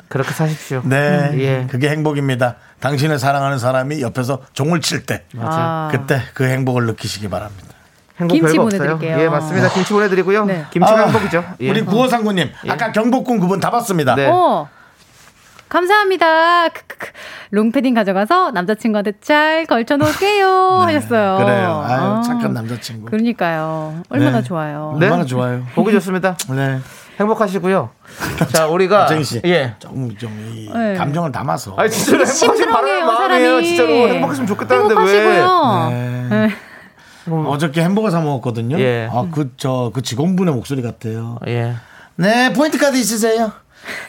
S2: 그렇게 사십시오.
S1: 네,
S2: 예.
S1: 그게 행복입니다. 당신을 사랑하는 사람이 옆에서 종을 칠 때
S2: 맞아요.
S4: 아.
S1: 그때 그 행복을 느끼시기 바랍니다.
S2: 행복
S4: 김치
S2: 별거
S4: 보내드릴게요.
S2: 없어요. 예, 맞습니다. 김치 보내드리고요.
S4: 네.
S2: 김치
S1: 아,
S2: 가 행복이죠. 예.
S1: 우리 구호상구님 아까 경복궁 그분 다 봤습니다.
S2: 네.
S4: 어. 감사합니다. 크크크. 롱패딩 가져가서 남자친구한테 잘 걸쳐놓을게요.
S2: 네,
S4: 하셨어요.
S1: 그래요. 아유,
S4: 아.
S1: 착한 남자친구.
S4: 그러니까요. 얼마나
S1: 네.
S4: 좋아요.
S2: 네?
S1: 얼마나 좋아요.
S2: 보기 좋습니다.
S1: 네,
S2: 행복하시고요. 자, 우리가
S1: 박정희 씨,
S2: 예.
S1: 조금 좀이
S4: 네.
S1: 감정을 담아서
S2: 아니 진짜로 행복하신 바라는
S4: 심드렁해요,
S2: 마음이에요.
S4: 사람이.
S2: 진짜로 행복했으면 좋겠다는데 왜?
S4: 행복하시고요.
S1: 네. 어저께 햄버거 사 먹었거든요.
S2: 예.
S1: 아 그 저 그 직원분의 목소리 같아요.
S2: 예.
S1: 네, 포인트 카드 있으세요?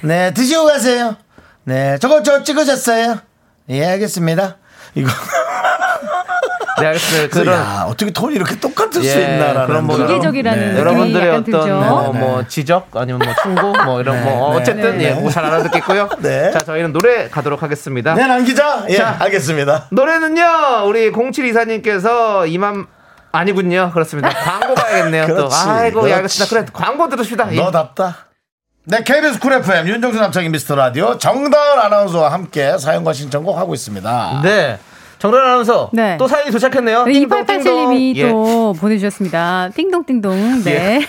S1: 네, 드시고 가세요. 네, 저거 저 찍으셨어요? 예, 알겠습니다. 이거
S2: 네, 알겠습니다. 그런
S1: 야, 어떻게 톤이 이렇게 똑같을 수
S2: 예,
S1: 있나라는
S2: 그런 뭐
S1: 그런- 네.
S4: 기계적이라는 느낌이
S2: 여러분들의
S4: 약간
S2: 어떤
S4: 들죠.
S2: 뭐,
S1: 네네네.
S2: 뭐 지적 아니면 뭐 충고 뭐
S1: 네,
S2: 이런 뭐
S1: 네.
S2: 어쨌든
S4: 네.
S2: 예, 그거 잘 알아듣겠고요.
S1: 네.
S2: 자, 저희는 노래 가도록 하겠습니다.
S1: 네, 남 기자. 예,
S2: 자.
S1: 알겠습니다.
S2: 노래는요. 우리 07 이사님께서 이만 아니군요. 그렇습니다. 광고 봐야겠네요. 또
S1: 그렇지,
S2: 아이고
S1: 그렇지.
S2: 예, 알겠습니다. 그래 광고 들읍시다. 예.
S1: 너답다. 네, KBS 쿨 FM 윤정수 남창인 미스터 라디오 정다은 아나운서와 함께 사연과 신청곡 하고 있습니다.
S2: 네. 정단 아나운서
S4: 네.
S2: 또 사연이 도착했네요. 예.
S4: 네,
S2: 어, 띵동,
S4: 2887님이
S2: 띵동.
S4: 또 보내주셨습니다.
S2: 예.
S4: 띵동띵동. 네.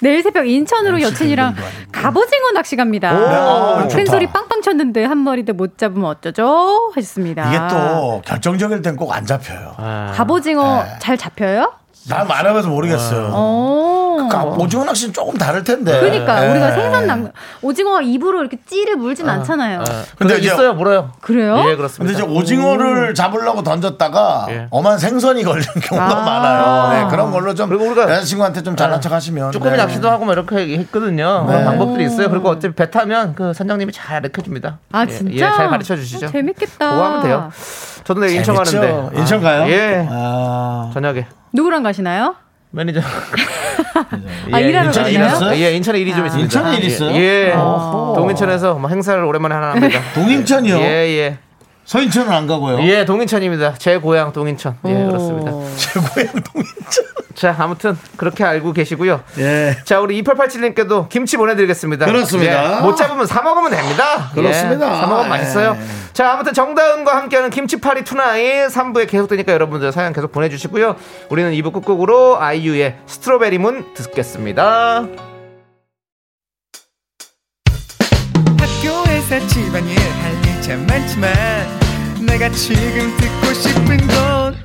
S4: 내일 새벽
S2: 아,
S4: 인천으로 여친이랑 갑오징어 낚시
S1: 오,
S4: 갑니다.
S1: 아,
S4: 큰
S1: 좋다.
S4: 소리 빵빵 쳤는데 한 마리도 못 잡으면 어쩌죠? 하셨습니다.
S1: 이게
S2: 아.
S1: 또 결정적일 땐 꼭 안 잡혀요.
S4: 갑오징어
S2: 네.
S4: 잘 잡혀요?
S1: 난 많아봐서 모르겠어요.
S4: 어.
S1: 그러니까 오징어 낚시는 조금 다를 텐데.
S4: 그러니까
S2: 네.
S1: 예.
S4: 우리가 생선 남 오징어가 입으로 이렇게 찌를 물진 않잖아요.
S2: 예.
S1: 근데
S2: 근데
S1: 이제-
S2: 있어요, 물어요.
S4: 그래요?
S2: 예,
S1: 근데
S2: 그렇습니다.
S1: 이제 오징어를 잡으려고 던졌다가
S2: 예.
S1: 엄한 생선이 걸린 경우가
S4: 아.
S1: 많아요. 네, 그런 걸로 좀
S2: 그리고 우리가- 예.
S1: 여자친구한테 좀 잘난 척 하시면
S2: 조금
S1: 네.
S2: 낚시도 하고 막 이렇게 했거든요. 그런 방법들이 있어요. 그리고 어차피 배 타면 그 선장님이 잘 이렇게 해줍니다.
S4: 아
S2: 예,
S4: 진짜?
S2: 예, 잘 가르쳐 주시죠.
S4: 어, 재밌겠다.
S2: 좋아하면 돼요. 저도 내일 인천
S1: 재밌죠?
S2: 가는데.
S1: 인천 가요?
S2: 아, 예.
S1: 아.
S2: 저녁에
S4: 누구랑 가시나요?
S2: 매니저.
S4: 아, 일하러
S1: 인천에
S4: 가시나요?
S1: 일하세요? 있어요?
S2: 예, 인천에 일이 좀 있습니다.
S1: 아, 인천에 일
S2: 예,
S1: 있어요?
S2: 예.
S1: 어허.
S2: 동인천에서 뭐 행사를 오랜만에 하나 합니다.
S1: 네. 동인천이요? 어?
S2: 예, 예.
S1: 서인천은 안 가고요.
S2: 예, 동인천입니다. 제 고향 동인천. 예,
S4: 오.
S2: 그렇습니다.
S1: 최고의 동인천.
S2: 자, 아무튼 그렇게 알고 계시고요.
S1: 예.
S2: 자, 우리 2887님께도 김치 보내드리겠습니다.
S1: 그렇습니다.
S2: 예, 못 잡으면 사 먹으면 됩니다.
S1: 그렇습니다. 아,
S2: 예, 사 먹으면 맛있어요. 자, 아무튼 정다은과 함께하는 김치파리 투나이 3부에 계속되니까 여러분들 사연 계속 보내주시고요. 우리는 2부 끝곡으로 아이유의 스트로베리 문 듣겠습니다.
S5: 학교에서 집안일 할 일 참 많지만 내가 지금 듣고 싶은 건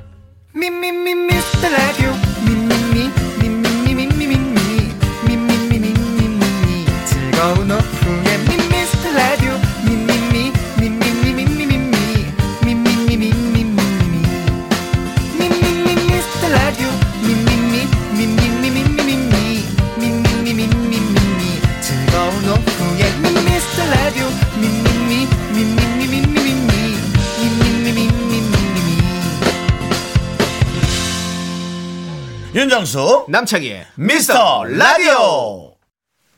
S5: 미미미 미스터 라디오 미미미 미미미 미미미 미미미 미미미 즐거운 오후에 미스터 라디오 미미미 미미미 미미미 미미미 미미미
S1: 윤정수
S2: 남창희의
S1: 미스터 라디오.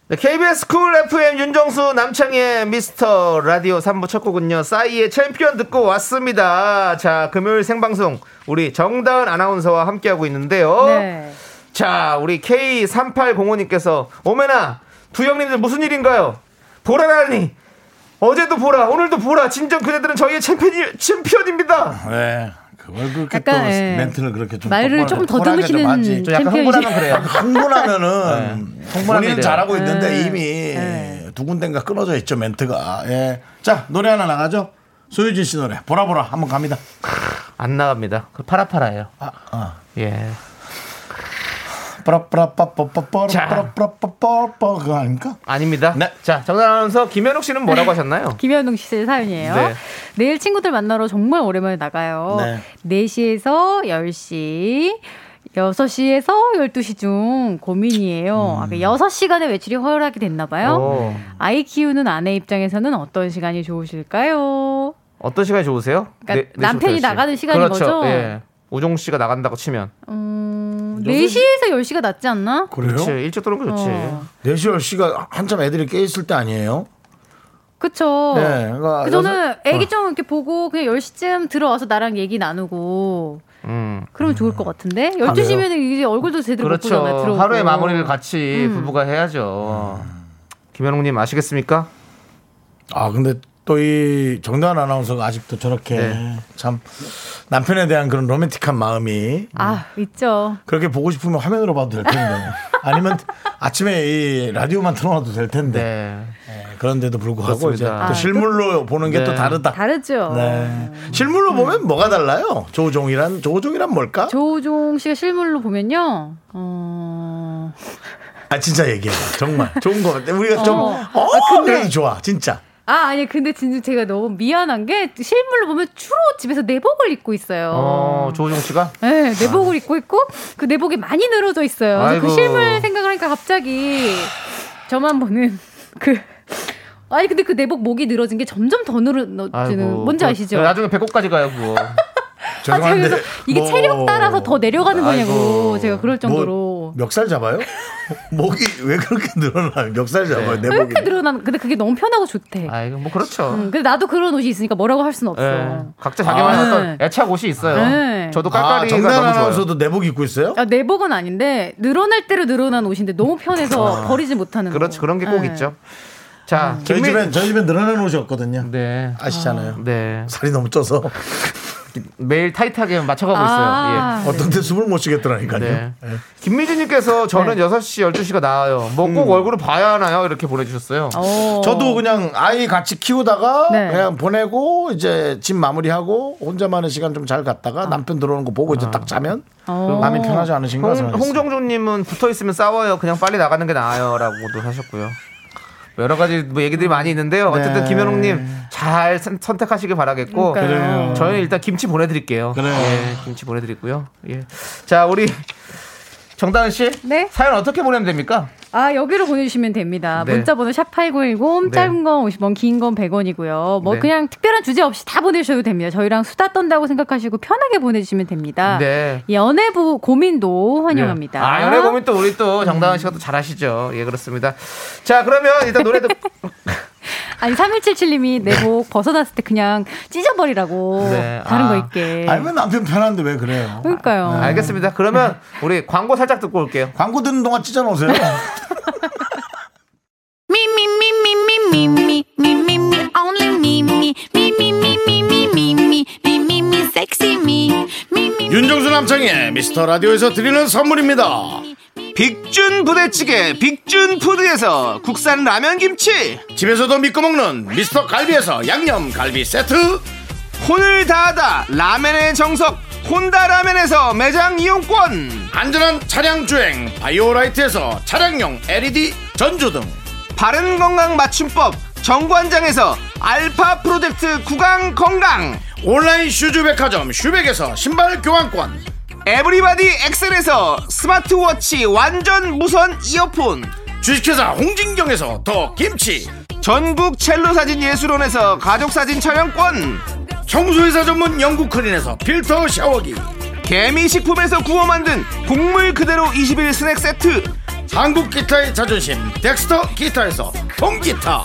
S2: 네, KBS 쿨 FM 윤정수 남창희의 미스터 라디오 3부 첫 곡은요 싸이의 챔피언 듣고 왔습니다 자 금요일 생방송 우리 정다은 아나운서와 함께하고 있는데요
S4: 네.
S2: 자, 우리 K3805님께서 오메나 두 형님들 무슨 일인가요? 보라라니 어제도 보라, 오늘도 보라. 진정 그대들은 저희의 챔피언, 챔피언입니다.
S1: 네. 그걸 그렇게
S4: 약간,
S1: 또
S4: 예.
S1: 멘트를 그렇게 좀 똑바로
S4: 말을 조금
S1: 쿨하게 좀 하지. 예,
S4: 더듬으시는
S2: 좀 약간 흥분하면
S4: 챔피언이
S2: 그래요.
S1: 흥분하면은 본인은
S2: 이래요.
S1: 잘하고 있는데
S4: 네.
S1: 이미 두 군데인가 끊어져 있죠 멘트가. 예. 자 노래 하나 나가죠. 소유진 씨 노래 보라보라 한번 갑니다.
S2: 안 나갑니다. 그 파라파라예요.
S1: 아, 아.
S2: 예.
S1: 빠라빠라빠빠빠빠
S2: 자.
S1: 빠라빠라빠빠빠 그거 아닙니까?
S2: 아닙니다.
S1: 네.
S2: 자, 정답 아나운서 김현욱 씨는 뭐라고 하셨나요?
S4: 김현웅 씨의 사연이에요.
S2: 네.
S4: 내일 친구들 만나러 정말 오랜만에 나가요. 네. 4시에서 10시. 6시에서 12시 중 고민이에요. 아까 6시간의 외출이 허락이 됐나 봐요.
S2: 어,
S4: 아이 키우는 아내 입장에서는 어떤 시간이 좋으실까요?
S2: 어떤 시간이 좋으세요?
S4: 그러니까
S2: 네-
S4: 남편이
S2: 네시부터
S4: 나가는
S2: 열시.
S4: 시간인
S2: 그렇죠.
S4: 거죠?
S2: 예. 우종 씨가 나간다고 치면
S4: 음, 4시에서 10시가 낫지 않나?
S2: 그렇지.
S1: 그래요?
S2: 일찍 들어오는 게 좋지.
S4: 어.
S1: 4시 10시가 한참 애들이 깨있을 때 아니에요?
S4: 그쵸.
S1: 네, 그러니까
S4: 그 저는
S1: 여섯-
S4: 애기 좀 이렇게 보고 그냥 10시쯤 들어와서 나랑 얘기 나누고
S2: 음.
S4: 그러면 좋을 것 같은데 12시면 이제 얼굴도 제대로 못
S2: 아, 그렇죠.
S4: 보잖아요. 들어오고. 음.
S2: 하루의 마무리를 같이 부부가 해야죠.
S1: 음.
S2: 김현욱 님 아시겠습니까?
S1: 아 근데 또 이 정다은 아나운서가 아직도 저렇게
S2: 네.
S1: 참 남편에 대한 그런 로맨틱한 마음이
S4: 아 있죠.
S1: 그렇게 보고 싶으면 화면으로 봐도 될
S4: 네.
S1: 텐데 아니면 아침에 이 라디오만 틀어놔도 될 텐데
S2: 네.
S1: 네, 그런데도 불구하고
S2: 그렇습니다.
S1: 이제 또
S4: 아,
S1: 실물로 보는 게 또
S2: 네.
S1: 다르다.
S4: 다르죠.
S1: 네. 실물로 보면 뭐가 달라요? 조종이란 조종이란 뭘까?
S4: 조우종 씨가 실물로 보면요. 어...
S1: 아 진짜 얘기해 정말 좋은 거 같아. 우리가 좀
S4: 어.
S1: 어,
S4: 근데-
S1: 그래도 좋아 진짜.
S4: 아 아니 근데 진짜 제가 너무 미안한 게 실물로 보면 주로 집에서 내복을 입고 있어요.
S2: 어, 조우종 씨가
S4: 네, 내복을 입고 있고 그 내복이 많이 늘어져 있어요. 그래서
S2: 아이고.
S4: 그 실물 생각을 하니까 갑자기 저만 보는 그 아니 근데 그 내복 목이 늘어진 게 점점 더 늘어지는
S2: 아이고.
S4: 뭔지
S2: 그-
S4: 아시죠?
S2: 나중에 배꼽까지 가요, 그거.
S4: 아, 제가
S1: 죄송한데
S4: 그래서 이게
S1: 뭐-
S4: 체력 따라서 더 내려가는 거냐고
S2: 아이고. 뭐
S4: 제가 그럴 정도로
S1: 뭐, 멱살 잡아요? 목이 왜 그렇게 늘어나요? 멱살 잡아요
S4: 왜
S1: 내 목이.
S4: 이렇게 늘어난 근데 그게 너무 편하고 좋대.
S2: 아, 이거 뭐 그렇죠.
S4: 음, 근데 나도 그런 옷이 있으니까 뭐라고 할 순 없어.
S2: 예. 각자 자기만의
S4: 아.
S2: 어떤 애착 옷이 있어요.
S4: 네.
S2: 저도
S1: 아
S2: 깔깔이가
S1: 정단
S2: 너무 좋아요.
S1: 아나운서도 내복 입고 있어요?
S4: 아, 내복은 아닌데 늘어날 대로 늘어난 옷인데 너무 편해서 버리지 못하는
S2: 아. 그렇지
S4: 거.
S2: 그런 게 꼭
S4: 예.
S2: 있죠. 자,
S4: 음.
S1: 저희
S2: 김민-
S1: 집엔 저희 집엔 늘어난 옷이 없거든요.
S2: 네.
S1: 아시잖아요.
S2: 네.
S1: 살이 너무 쪄서
S2: 매일 타이트하게 맞춰가고
S4: 아,
S2: 있어요.
S1: 어떤 때 숨을 못 쉬겠더라니까요.
S2: 예. 네. 김미진님께서 저는
S4: 네.
S2: 6시, 12시가 나와요. 뭐 꼭 얼굴을 봐야 하나요? 이렇게 예. 보내주셨어요.
S4: 어.
S1: 저도 그냥 아이 같이 키우다가
S4: 네.
S1: 그냥 보내고 이제 집 마무리하고 혼자만의 시간 좀 잘 갔다가 남편 들어오는 거 보고 이제 딱 자면
S4: 어.
S1: 마음이 편하지 않으신가
S2: 홍,
S1: 생각했어요.
S2: 홍정조님은 붙어 있으면 싸워요. 그냥 빨리 나가는 게 나아요라고도 하셨고요. 여러 가지 뭐 얘기들이 많이 있는데요. 어쨌든
S1: 네.
S2: 김현웅님 잘 선- 선택하시길 바라겠고
S4: 그러니까요.
S2: 저는 일단 김치 보내드릴게요.
S1: 그래요.
S2: 예, 김치 보내드리고요. 예. 자 우리 정다은 씨
S4: 네?
S2: 사연 어떻게 보내면 됩니까?
S4: 아, 여기로 보내주시면 됩니다.
S2: 네.
S4: 문자번호 샵8910,
S2: 네.
S4: 짧은 건 50원, 긴 건 100원이고요. 뭐
S2: 네.
S4: 그냥 특별한 주제 없이 다 보내주셔도 됩니다. 저희랑 수다 떤다고 생각하시고 편하게 보내주시면 됩니다.
S2: 네.
S4: 연애부 고민도 환영합니다.
S2: 아, 연애 고민 또 우리 또 정다은 씨가 또 잘하시죠. 예, 그렇습니다. 자, 그러면 일단 노래 듣
S4: 아니, 3177님이 내 목 벗어났을 때 그냥 찢어버리라고.
S2: 네.
S4: 다른
S2: 아.
S4: 거 있게.
S1: 알면 남편 편한데 왜 그래요?
S4: 그러니까요.
S2: 알겠습니다. 그러면 우리 광고 살짝 듣고 올게요.
S1: 광고 듣는 동안 찢어 놓으세요.
S3: Me, me, me, me, me, me, me, me, me, me, only me, me, me, me, me, me, me, me, me, me, me, me, sexy me, me, me,
S1: 윤정수 남창의 미스터 라디오에서 드리는 선물입니다.
S6: 빅준 부대찌개 빅준 푸드에서 국산 라면 김치
S1: 집에서도 믿고 먹는 미스터 갈비에서 양념 갈비 세트.
S6: 혼을 다하다 라면의 정석 혼다 라면에서 매장 이용권
S1: 안전한 차량 주행 바이오라이트에서 차량용 LED 전조등.
S6: 바른 건강 맞춤법 정관장에서 알파 프로젝트 구강 건강
S1: 온라인 슈즈 백화점 슈백에서 신발 교환권.
S6: 에브리바디 엑셀에서 스마트워치 완전 무선 이어폰
S1: 주식회사 홍진경에서 더 김치.
S6: 전국 첼로 사진 예술원에서 가족 사진 촬영권
S1: 청소회사 전문 영국 크린에서 필터 샤워기.
S6: 개미 식품에서 구워 만든 곡물 그대로 21 스낵 세트
S1: 한국 기타의 자존심 덱스터 기타에서 통기타.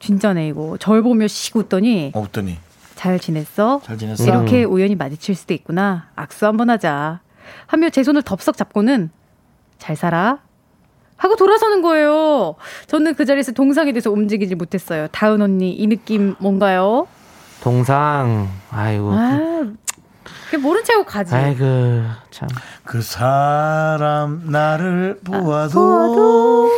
S4: 진짜네 이거 절 보며 씩 웃더니
S1: 없더니
S4: 잘 지냈어?
S1: 잘 지냈어?
S2: 음.
S4: 이렇게 우연히 마주칠 수도 있구나. 악수 한번 하자. 하며 제 손을 덥석 잡고는 잘 살아. 하고 돌아서는 거예요. 저는 그 자리에서 동상에 대해서 움직이지 못했어요. 다은 언니 이 느낌 뭔가요?
S2: 동상. 아이고.
S4: 아, 그냥 모른 채하고 가지.
S2: 아이고 참.
S1: 그 사람 나를 아, 보아도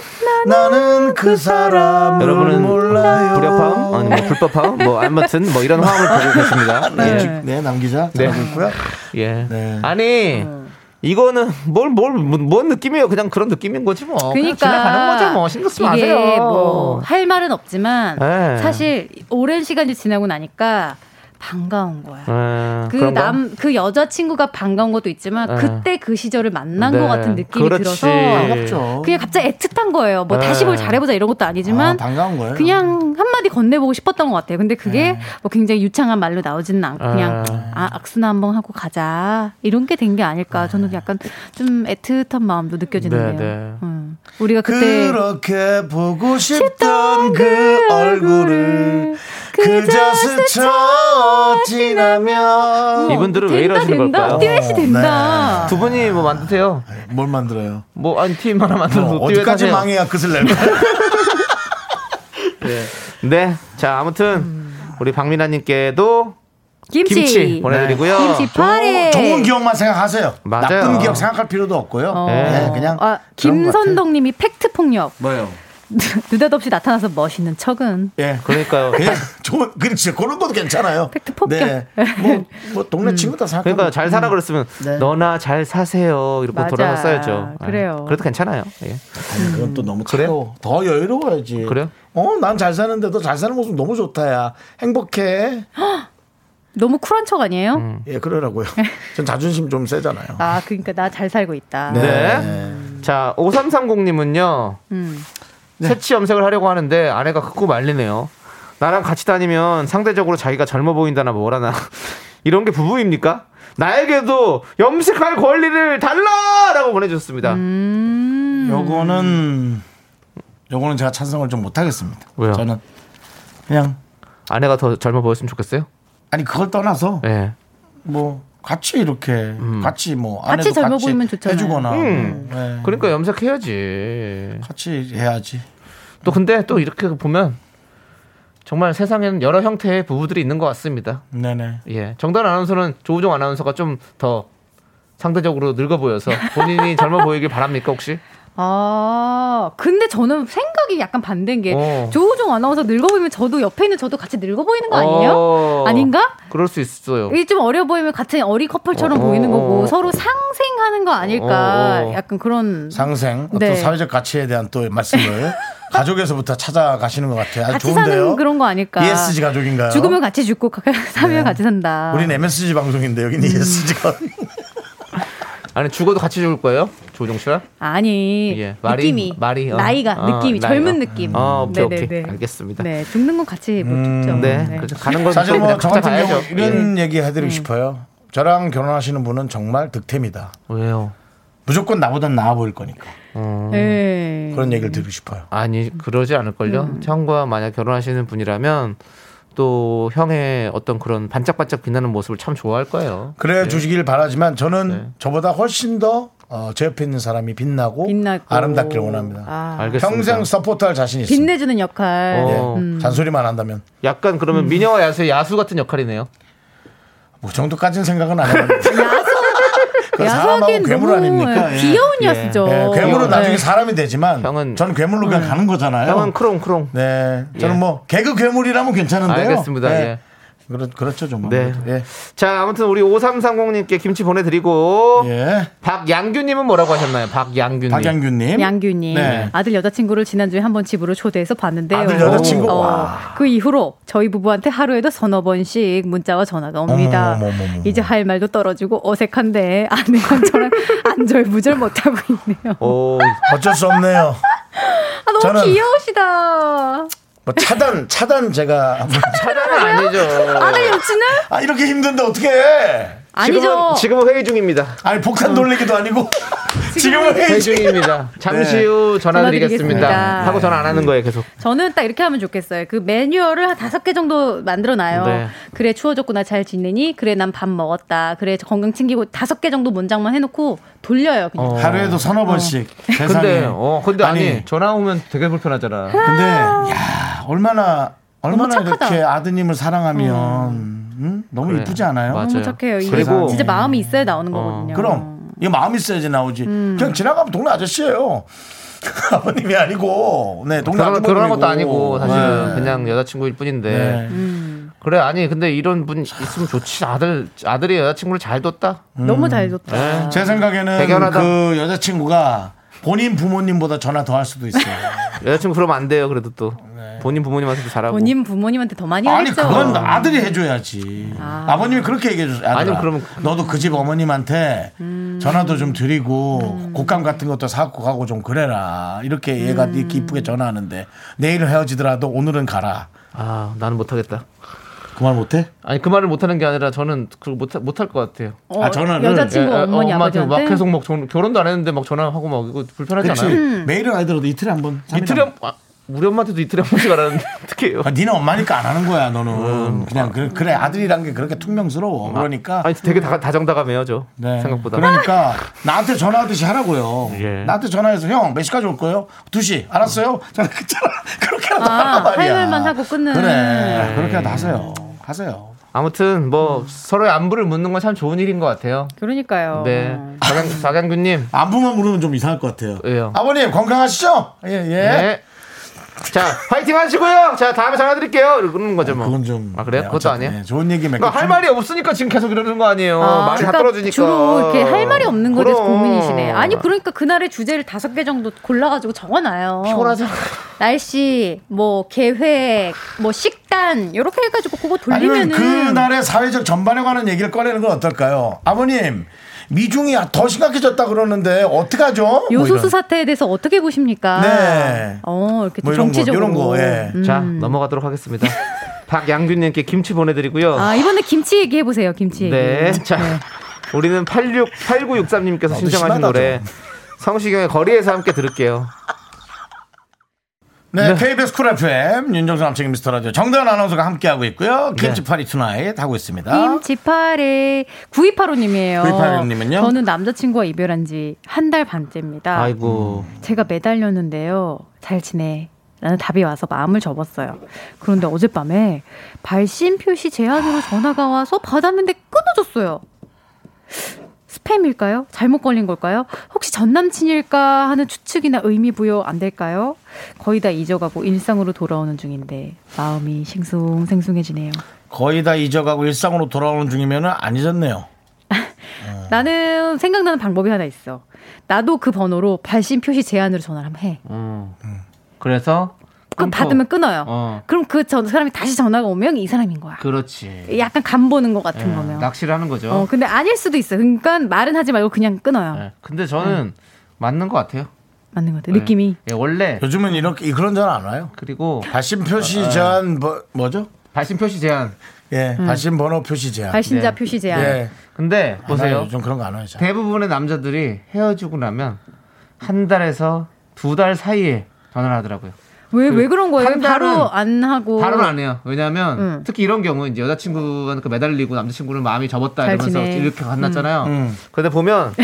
S1: 나는 그
S4: 아,
S1: 사람을
S2: 여러분은
S1: 몰라요. 네.
S2: 불협화음, 아니 뭐 불법화음, 뭐 아무튼 뭐 이런 화음을 보고 계십니다. 예.
S1: 네. 네, 남기자. 네. 있고요.
S2: 예.
S1: 네.
S2: 아니
S4: 음.
S2: 이거는 뭘 뭘 뭔 느낌이에요? 그냥 그런 느낌인 거지 뭐. 그냥
S4: 그러니까
S2: 지나가는 거죠 뭐 신경 쓰지 마세요.
S4: 이게 뭐할 말은 없지만
S2: 네.
S4: 사실 오랜 시간이 지나고 나니까 반가운 거야.
S2: 예,
S4: 그
S2: 그런 거?
S4: 남 그 여자 친구가 반가운 것도 있지만
S2: 네.
S4: 그때 그 시절을 만난
S2: 네.
S4: 것 같은 느낌이
S2: 그렇지.
S4: 들어서
S1: 반갑죠.
S4: 그냥 갑자기 애틋한 거예요. 뭐 다시
S2: 네.
S4: 뭘 잘해보자 이런 것도
S1: 아,
S4: 아니지만
S1: 반가운 거예요.
S4: 그냥 한마디 건네보고 싶었던 것 같아요. 근데 그게 뭐 굉장히 유창한 말로 나오지는 않고 그냥
S2: 네.
S4: 아 악수나 한번 하고 가자 이런 게 된 게 아닐까 저는 약간 좀 애틋한 마음도 느껴지는데요.
S2: 네, 네.
S4: 음. 우리가 그때
S1: 그렇게 보고 싶던 그 얼굴을 그저 스쳐 지나면
S2: 이분들은 왜
S4: 어, 된다,
S2: 이러시는
S4: 된다.
S2: 걸까요?
S4: 듀엣이 된다.
S1: 네.
S2: 두 분이 뭐 만드세요?
S1: 뭘 만들어요?
S2: 뭐 아니 팀 하나 만들어서
S1: 뭐,
S2: 듀엣
S1: 어디까지
S2: 하세요.
S1: 망해야 끝을 낼까요?
S2: 네. 자 아무튼 우리 박민아님께도
S4: 김치, 네.
S2: 김치 보내드리고요.
S4: 김치 파리.
S1: 좋은 어, 기억만 생각하세요.
S2: 맞아요.
S1: 나쁜 기억 생각할 필요도 없고요.
S4: 어.
S1: 네, 그냥 그런
S4: 아,
S1: 것 같아요.
S4: 김선동님이 팩트 폭력.
S1: 뭐요?
S4: 느닷없이 나타나서 멋있는 척은.
S1: 예.
S2: 그러니까요.
S1: 그냥 좋은 그렇지 그런 것도 괜찮아요.
S4: 팩트 폭격. 음.
S1: 네. 뭐, 뭐 동네 친구다 생각하고
S2: 그러니까 잘 살아 그랬으면
S1: 네.
S2: 너나 잘 사세요 이렇게
S4: 맞아.
S2: 돌아갔어야죠. 예.
S4: 그래요.
S2: 그래도 괜찮아요. 예.
S1: 아니, 그건 또 너무 차가워. 더 여유로워야지.
S2: 그래요?
S1: 어, 난 잘 사는데 너 잘 사는 모습 너무 좋다야. 행복해.
S4: 너무 쿨한 척 아니에요?
S2: 음.
S1: 예, 그러라고요. 전 자존심 좀 세잖아요.
S4: 아, 그러니까 나 잘 살고 있다.
S2: 네. 자, 5330님은요.
S4: 음.
S1: 네.
S2: 새치 염색을 하려고 하는데 아내가 극구 말리네요. 나랑 같이 다니면 상대적으로 자기가 젊어 보인다나 뭐라나. 이런 게 부부입니까? 나에게도 염색할 권리를 달라라고 보내주셨습니다.
S4: 음.
S1: 요거는 요거는 제가 찬성을 좀 못하겠습니다.
S2: 왜요?
S1: 저는 그냥
S2: 아내가 더 젊어 보였으면 좋겠어요.
S1: 아니 그걸 떠나서
S2: 예.
S4: 네.
S1: 뭐 같이 이렇게 같이 뭐 아내도
S4: 같이 젊어 보이면 좋잖아요.
S1: 해주거나
S2: 음.
S1: 네.
S2: 그러니까 염색해야지.
S1: 같이 해야지.
S2: 또 근데 또 이렇게 보면 정말 세상에는 여러 형태의 부부들이 있는 것 같습니다.
S1: 네네.
S2: 예. 정단 아나운서는 조우종 아나운서가 좀 더 상대적으로 늙어 보여서 본인이 젊어 보이길 바랍니까 혹시?
S4: 아, 근데 저는 생각이 약간 반대인 게
S2: 어.
S4: 조우종 아나운서 늙어 보이면 저도 옆에 있는 저도 같이 늙어 보이는 거 아니에요?
S2: 어.
S4: 아닌가?
S2: 그럴 수 있어요.
S4: 이게 좀 어려 보이면 같은 어리 커플처럼
S2: 어.
S4: 보이는 거고 서로 상생하는 거 아닐까
S2: 어.
S4: 약간 그런
S1: 상생 어떤
S4: 네.
S1: 사회적 가치에 대한 또 말씀을 가족에서부터 찾아가시는 것 같아요. 아주
S4: 같이
S1: 좋은데요.
S4: 사는 그런 거 아닐까
S1: ESG 가족인가요? 네.
S4: 죽으면 같이 죽고 사면 같이 산다
S1: 우린 MSG 방송인데
S4: 음.
S1: E 여기는 ESG가
S2: 아니 죽어도 같이 죽을 거예요? 조우종 씨랑?
S4: 아니
S2: 예, 말이-
S4: 느낌이
S2: 말이, 어.
S4: 나이가
S2: 어,
S4: 느낌이
S2: 나이가.
S4: 젊은 느낌
S2: 아 오케이
S4: 네네네.
S2: 오케이 알겠습니다. 그렇죠. 네.
S4: 네 죽는 건 같이 못
S1: 음.
S4: 죽죠 네.
S2: 그래서 가는 건
S1: 사실
S2: 그냥
S1: 뭐 저
S2: 각자
S1: 같은 경우
S2: 가야죠. 예.
S4: 예.
S1: 이런 얘기
S4: 음.
S1: 해드리고 싶어요. 저랑 결혼하시는 분은 정말 득템이다.
S2: 예. 왜요?
S1: 무조건 나보단 나아 보일 거니까
S4: 네.
S1: 그런 얘기를 드리고 싶어요.
S2: 아니
S4: 음.
S2: 그러지 않을걸요. 형과 만약 결혼하시는 분이라면 또 형의 어떤 그런 반짝반짝 빛나는 모습을 참 좋아할 거예요.
S1: 그래 주시길 바라지만 저는
S2: 네.
S1: 저보다 훨씬 더 어, 제 옆에 있는 사람이 빛나고,
S4: 빛나고
S1: 아름답길 원합니다.
S4: 아,
S2: 알겠습니다.
S1: 평생 서포트할 자신 있습니다.
S4: 빛내주는 음. 역할
S2: 어.
S1: 예. 잔소리만 한다면
S2: 약간 그러면
S1: 음.
S2: 미녀와 야수의 야수 같은 역할이네요.
S1: 뭐 정도까지는 생각은 안 해봤는데 그건 사람하고
S4: 야수하기엔
S1: 괴물
S4: 너무
S1: 아닙니까?
S4: 예,
S1: 예.
S4: 귀여운 야수죠
S1: 예, 괴물은
S2: 네.
S1: 나중에 사람이 되지만
S2: 형은-
S1: 저는 괴물로
S4: 음.
S1: 그냥 가는 거잖아요.
S2: 형은 크롱크롱.
S1: 네, 저는
S2: 예.
S1: 뭐 개그 괴물이라면 괜찮은데요. 네.
S2: 알겠습니다. 예.
S1: 그렇, 그렇죠 좀.
S2: 네.
S1: 아무래도. 예.
S2: 자, 아무튼 우리 5330님께 김치 보내드리고
S1: 예.
S2: 박양규님은 뭐라고 하셨나요? 박양규님.
S1: 박양규님.
S4: 양규님
S1: 네.
S4: 아들 여자친구를 지난주에 한번 집으로 초대해서 봤는데요.
S1: 아들 여자친구? 와.
S4: 그 이후로 저희 부부한테 하루에도 서너 번씩 문자와 전화가 옵니다.
S1: 어머머머머머.
S4: 이제 할 말도 떨어지고 어색한데 아내랑 저랑 안절부절 못하고 있네요.
S2: 오,
S1: 어쩔 수 없네요.
S4: 아 너무
S1: 저는-
S4: 귀여우시다.
S1: 뭐 차단 차단 제가 한번-
S2: 차단은 아니죠.
S4: 아들 여친을?
S1: 아 이렇게 힘든데 어떻게 해?
S4: 아니죠.
S2: 지금은, 지금은 회의 중입니다.
S1: 아니 폭탄 돌리기도 아니고 지금은
S2: 회의
S1: 회의 네. 중.
S2: 중입니다. 잠시 후 전화드리겠습니다.
S4: 전화드리겠습니다.
S2: 하고 전화 안 하는
S1: 네.
S2: 거예요, 계속.
S4: 저는 딱 이렇게 하면 좋겠어요. 그 매뉴얼을 한 다섯 개 정도 만들어놔요.
S2: 네.
S4: 그래 추워졌구나 잘 지내니? 그래 난 밥 먹었다. 그래 건강 챙기고 다섯 개 정도 문장만 해놓고 돌려요. 그냥.
S2: 어.
S1: 하루에도 서너 번씩 세상에.
S2: 근데 어 근데 아니,
S1: 아니.
S2: 전화 오면 되게 불편하잖아.
S1: 근데 야 얼마나 얼마나
S4: 너무 착하다.
S1: 이렇게 아드님을 사랑하면 응? 너무
S2: 그래.
S1: 이쁘지 않아요?
S2: 맞아.
S4: 너무
S2: 맞아요.
S4: 착해요. 이게
S1: 그리고-
S4: 진짜 마음이 있어야 나오는 거거든요.
S1: 그럼 이거 마음이 있어야지 나오지. 그냥 지나가면 동네 아저씨예요. 아버님이 아니고 네 동네
S2: 결혼,
S1: 아주머님이고.
S2: 결혼한 것도 아니고 사실은
S1: 네.
S2: 그냥 여자친구일 뿐인데
S1: 네.
S4: 음.
S2: 그래 아니 근데 이런 분 있으면 좋지 아들 아들이 여자친구를 잘 뒀다
S4: 너무 잘 줬다.
S2: 네.
S1: 음. 제 생각에는
S2: 대견하다.
S1: 그 여자친구가 본인 부모님보다 전화 더 할 수도 있어요.
S2: 여자친구 그러면 안 돼요 그래도 또
S1: 네.
S2: 본인 부모님한테도 잘하고
S4: 본인 부모님한테 더 많이
S1: 아니
S4: 하겠죠.
S1: 그건 아들이 해줘야지. 아. 버님이 그렇게 얘기해 주세요. 아니
S2: 아니,
S1: 그럼
S2: 그러면-
S1: 너도 그 집 어머님한테
S4: 음.
S1: 전화도 좀 드리고 곶감 같은 것도 사고 가고 좀 그래라. 이렇게 얘가
S4: 음.
S1: 이렇게 이쁘게 전화하는데 내일은 헤어지더라도 오늘은 가라.
S2: 아 나는 못하겠다
S1: 그 말 못해?
S2: 아니 그 말을 못하는 게 아니라 저는 그 못할 못할 것 같아요
S4: 어,
S1: 아, 전화를?
S4: 여자친구
S2: 예, 예,
S4: 어머니
S2: 엄마한테
S4: 아버지한테
S2: 막 계속 막 전- 결혼도 안 했는데 막 전화하고 막 이거 불편하지
S1: 그렇지.
S2: 않아요
S1: 매일은 아니더라도 이틀에 한 번. 삼일에
S2: 이틀에
S1: 한 번.
S2: 한- 아, 우리 엄마한테도 이틀에 한 번씩 알았는데 어떡해요
S1: 아, 니네 엄마니까 안 하는 거야 너는 그냥 그래, 그래 아들이란 게 그렇게 퉁명스러워 그러니까
S2: 음. 아니 되게 다, 다정다감해요 저
S1: 네.
S2: 생각보다
S1: 그러니까 나한테 전화하듯이 하라고요.
S2: 예.
S1: 나한테 전화해서 형 몇 시까지 올 거예요? 2시. 알았어요. 전화 끊잖아. 그렇게라도
S4: 아,
S1: 하란 말이야.
S4: 할 말만 하고 끊는. 네.
S1: 그래. 그렇게라도 하세요. 하세요.
S2: 아무튼 뭐 서로의 안부를 묻는 건 참 좋은 일인 것 같아요
S4: 그러니까요.
S2: 네.
S4: 음.
S2: 박양, 박양규님.
S1: 안부만 물으면 좀 이상할 것 같아요.
S2: 왜요?
S1: 아버님 건강하시죠? 예, 예.
S2: 예. 네. 자, 파이팅 하시고요. 자, 다음에 전화 드릴게요. 이러는 거죠, 뭐.
S1: 그건 좀.
S2: 아, 그래요?
S1: 네,
S2: 그것도
S1: 어쨌든,
S2: 아니에요?
S1: 네, 좋은 얘기 몇 개.
S2: 그러니까 할
S1: 좀-
S2: 말이 없으니까 지금 계속 이러는 거 아니에요.
S4: 아,
S2: 말이 다
S4: 그러니까
S2: 떨어지니까.
S4: 주로 이렇게 할 말이 없는 거에 대해서
S2: 그럼.
S4: 고민이시네. 아니 그러니까 그날의 주제를 다섯 개 정도 골라가지고 적어놔요.
S2: 피곤하잖아.
S4: 날씨, 뭐 계획, 뭐 식단 이렇게 해가지고 그거
S1: 아니면
S4: 돌리면은
S1: 그날의 뭐 사회적 전반에 관한 얘기를 꺼내는 건 어떨까요? 아버님, 미중이 더 심각해졌다 그러는데 어떡하죠? 뭐
S4: 요소수
S1: 이런.
S4: 사태에 대해서 어떻게 보십니까?
S1: 네.
S4: 어 이렇게 또
S1: 뭐 이런 거,
S4: 정치적으로. 음.
S1: 이런 거, 예.
S2: 자, 넘어가도록 하겠습니다. 박양규님께 김치 보내드리고요.
S4: 아 예. 이번에 김치 얘기해 보세요. 김치. 얘기.
S2: 네. 자, 우리는 86, 8963님께서 신청하신
S1: 심하다,
S2: 노래. 성시경의 거리에서 함께 들을게요.
S1: 네,
S2: 네.
S1: KBS 쿨 FM 윤정수 남창희 미스터 라디오 정다은 아나운서가 함께하고 있고요.
S2: 네.
S1: 김치 파리 투나잇 하고 있습니다.
S4: 김지파레 9285님이에요.
S1: 9285님은요?
S4: 저는 남자친구와 이별한 지 한 달 반째입니다.
S2: 아이고.
S4: 제가 매달렸는데요. 잘 지내. 라는 답이 와서 마음을 접었어요. 그런데 어젯밤에 발신 표시 제한으로 전화가 와서 받았는데 끊어졌어요. 스팸일까요? 잘못 걸린 걸까요? 혹시 전 남친일까 하는 추측이나 의미 부여 안 될까요? 거의 다 잊어가고 일상으로 돌아오는 중인데 마음이 싱숭생숭해지네요.
S1: 거의 다 잊어가고 일상으로 돌아오는 중이면은 안 잊었네요.
S4: 나는 생각나는 방법이 하나 있어. 나도 그 번호로 발신 표시 제한으로 전화를 한번 해.
S2: 음. 그래서.
S4: 그 받으면 끊어요.
S2: 어.
S4: 그럼 그 전 사람이 다시 전화가 오면 이 사람인 거야.
S2: 그렇지. 예,
S4: 약간 간 보는 것 같은
S1: 예,
S4: 거면.
S2: 낚시를 하는 거죠.
S4: 어, 근데 아닐 수도 있어. 그러니까 말은 하지 말고 그냥 끊어요.
S2: 예, 근데 저는 맞는 것 같아요.
S4: 맞는 것 같아. 네. 느낌이.
S2: 예, 원래
S1: 요즘은 이렇게 그런 전화 안 와요.
S2: 그리고
S1: 발신 표시 제한 뭐, 뭐죠?
S2: 발신 표시 제한.
S1: 예, 발신 번호 표시 제한.
S4: 발신자
S2: 네.
S4: 표시 제한.
S1: 아, 예, 안
S2: 근데
S1: 와요.
S2: 보세요.
S1: 요즘 그런 거 안 와요. 잘.
S2: 대부분의 남자들이 헤어지고 나면 한 달에서 두 달 사이에 전화를 하더라고요.
S4: 왜, 왜 그런 거예요?
S2: 한 달은-
S4: 바로 안 하고.
S2: 바로는 안 해요. 왜냐하면
S4: 음.
S2: 특히 이런 경우 이제 여자친구한테 그 매달리고 남자친구는 마음이 접었다
S4: 잘
S2: 이러면서
S4: 지내.
S2: 이렇게 만났잖아요.
S1: 음.
S2: 근데 보면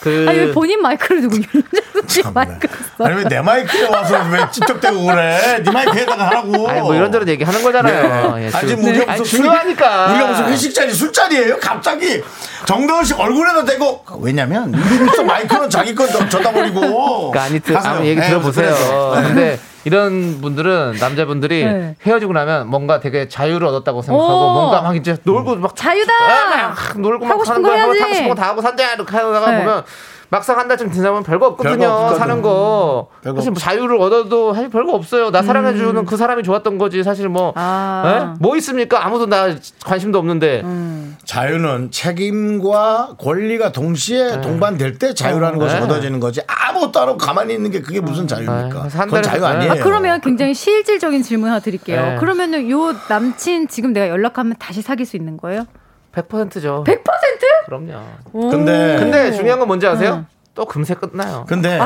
S2: 그
S4: 아니, 왜 본인 마이크를 두고 윤정수 씨
S1: 참네.
S4: 마이크를 써?
S1: 아니 왜 내 마이크에 와서 왜 찝쩍대고 그래? 네 마이크에다가 하라고.
S2: 아니 뭐 이런저런 얘기하는 거잖아요. 예,
S1: 네. 아니
S2: 지금.
S1: 지금 우리
S2: 아니,
S1: 무슨
S2: 중요하니까.
S1: 우리 무슨 회식 자리 술 자리예요? 갑자기 정다은 씨 얼굴에다 대고 왜냐면 또 마이크는 자기 건 줬다 버리고.
S2: 그러니까 아니 드,
S1: 가세요.
S2: 아무 얘기
S1: 네,
S2: 들어보세요.
S1: 그래서.
S2: 근데 이런 분들은 남자분들이
S4: 네.
S2: 헤어지고 나면 뭔가 되게 자유를 얻었다고 생각하고
S4: 오.
S2: 뭔가 막 이제 놀고 막 아,
S1: 아,
S4: 자유다!
S1: 네.
S2: 막 놀고 막
S4: 아. 하고 싶은
S2: 하는
S4: 거
S2: 거야. 하고
S4: 해야지.
S2: 하고 싶은 거 다 하고 산다 이렇게 하다가
S4: 네.
S2: 보면 막상 한 달쯤 지나면 별거 없거든요.
S1: 별거 없거든. 음,
S2: 사는 거.
S1: 별거
S2: 사실 뭐
S1: 없지.
S2: 자유를 얻어도 사실 별거 없어요. 나 사랑해 주는 그 사람이 좋았던 거지. 사실 뭐.
S4: 음. 아.
S2: 예? 뭐 있습니까? 아무도 나 관심도 없는데.
S4: 음.
S1: 자유는 책임과 권리가 동시에 동반될 때 자유라는 것이
S2: 네.
S1: 얻어지는 거지. 아무것도 안 하고 가만히 있는 게 그게 무슨
S2: 네.
S1: 자유입니까?
S2: 한
S1: 그러니까. 그건
S2: 달에-
S1: 자유
S2: 네.
S1: 아, 아니에요.
S4: 아, 그러면 굉장히
S1: 예.
S4: 실질적인 질문 하나 드릴게요.
S2: 네.
S4: 그러면은 요 남친 지금 내가 연락하면 다시 사귈 수 있는 거예요?
S2: 100%죠.
S4: 100%?
S2: 그럼요.
S4: 오.
S1: 음. 음. 근데-
S2: 근데 중요한 건 뭔지 아세요?
S4: 음.
S2: 또 금세 끝나요.
S1: 근데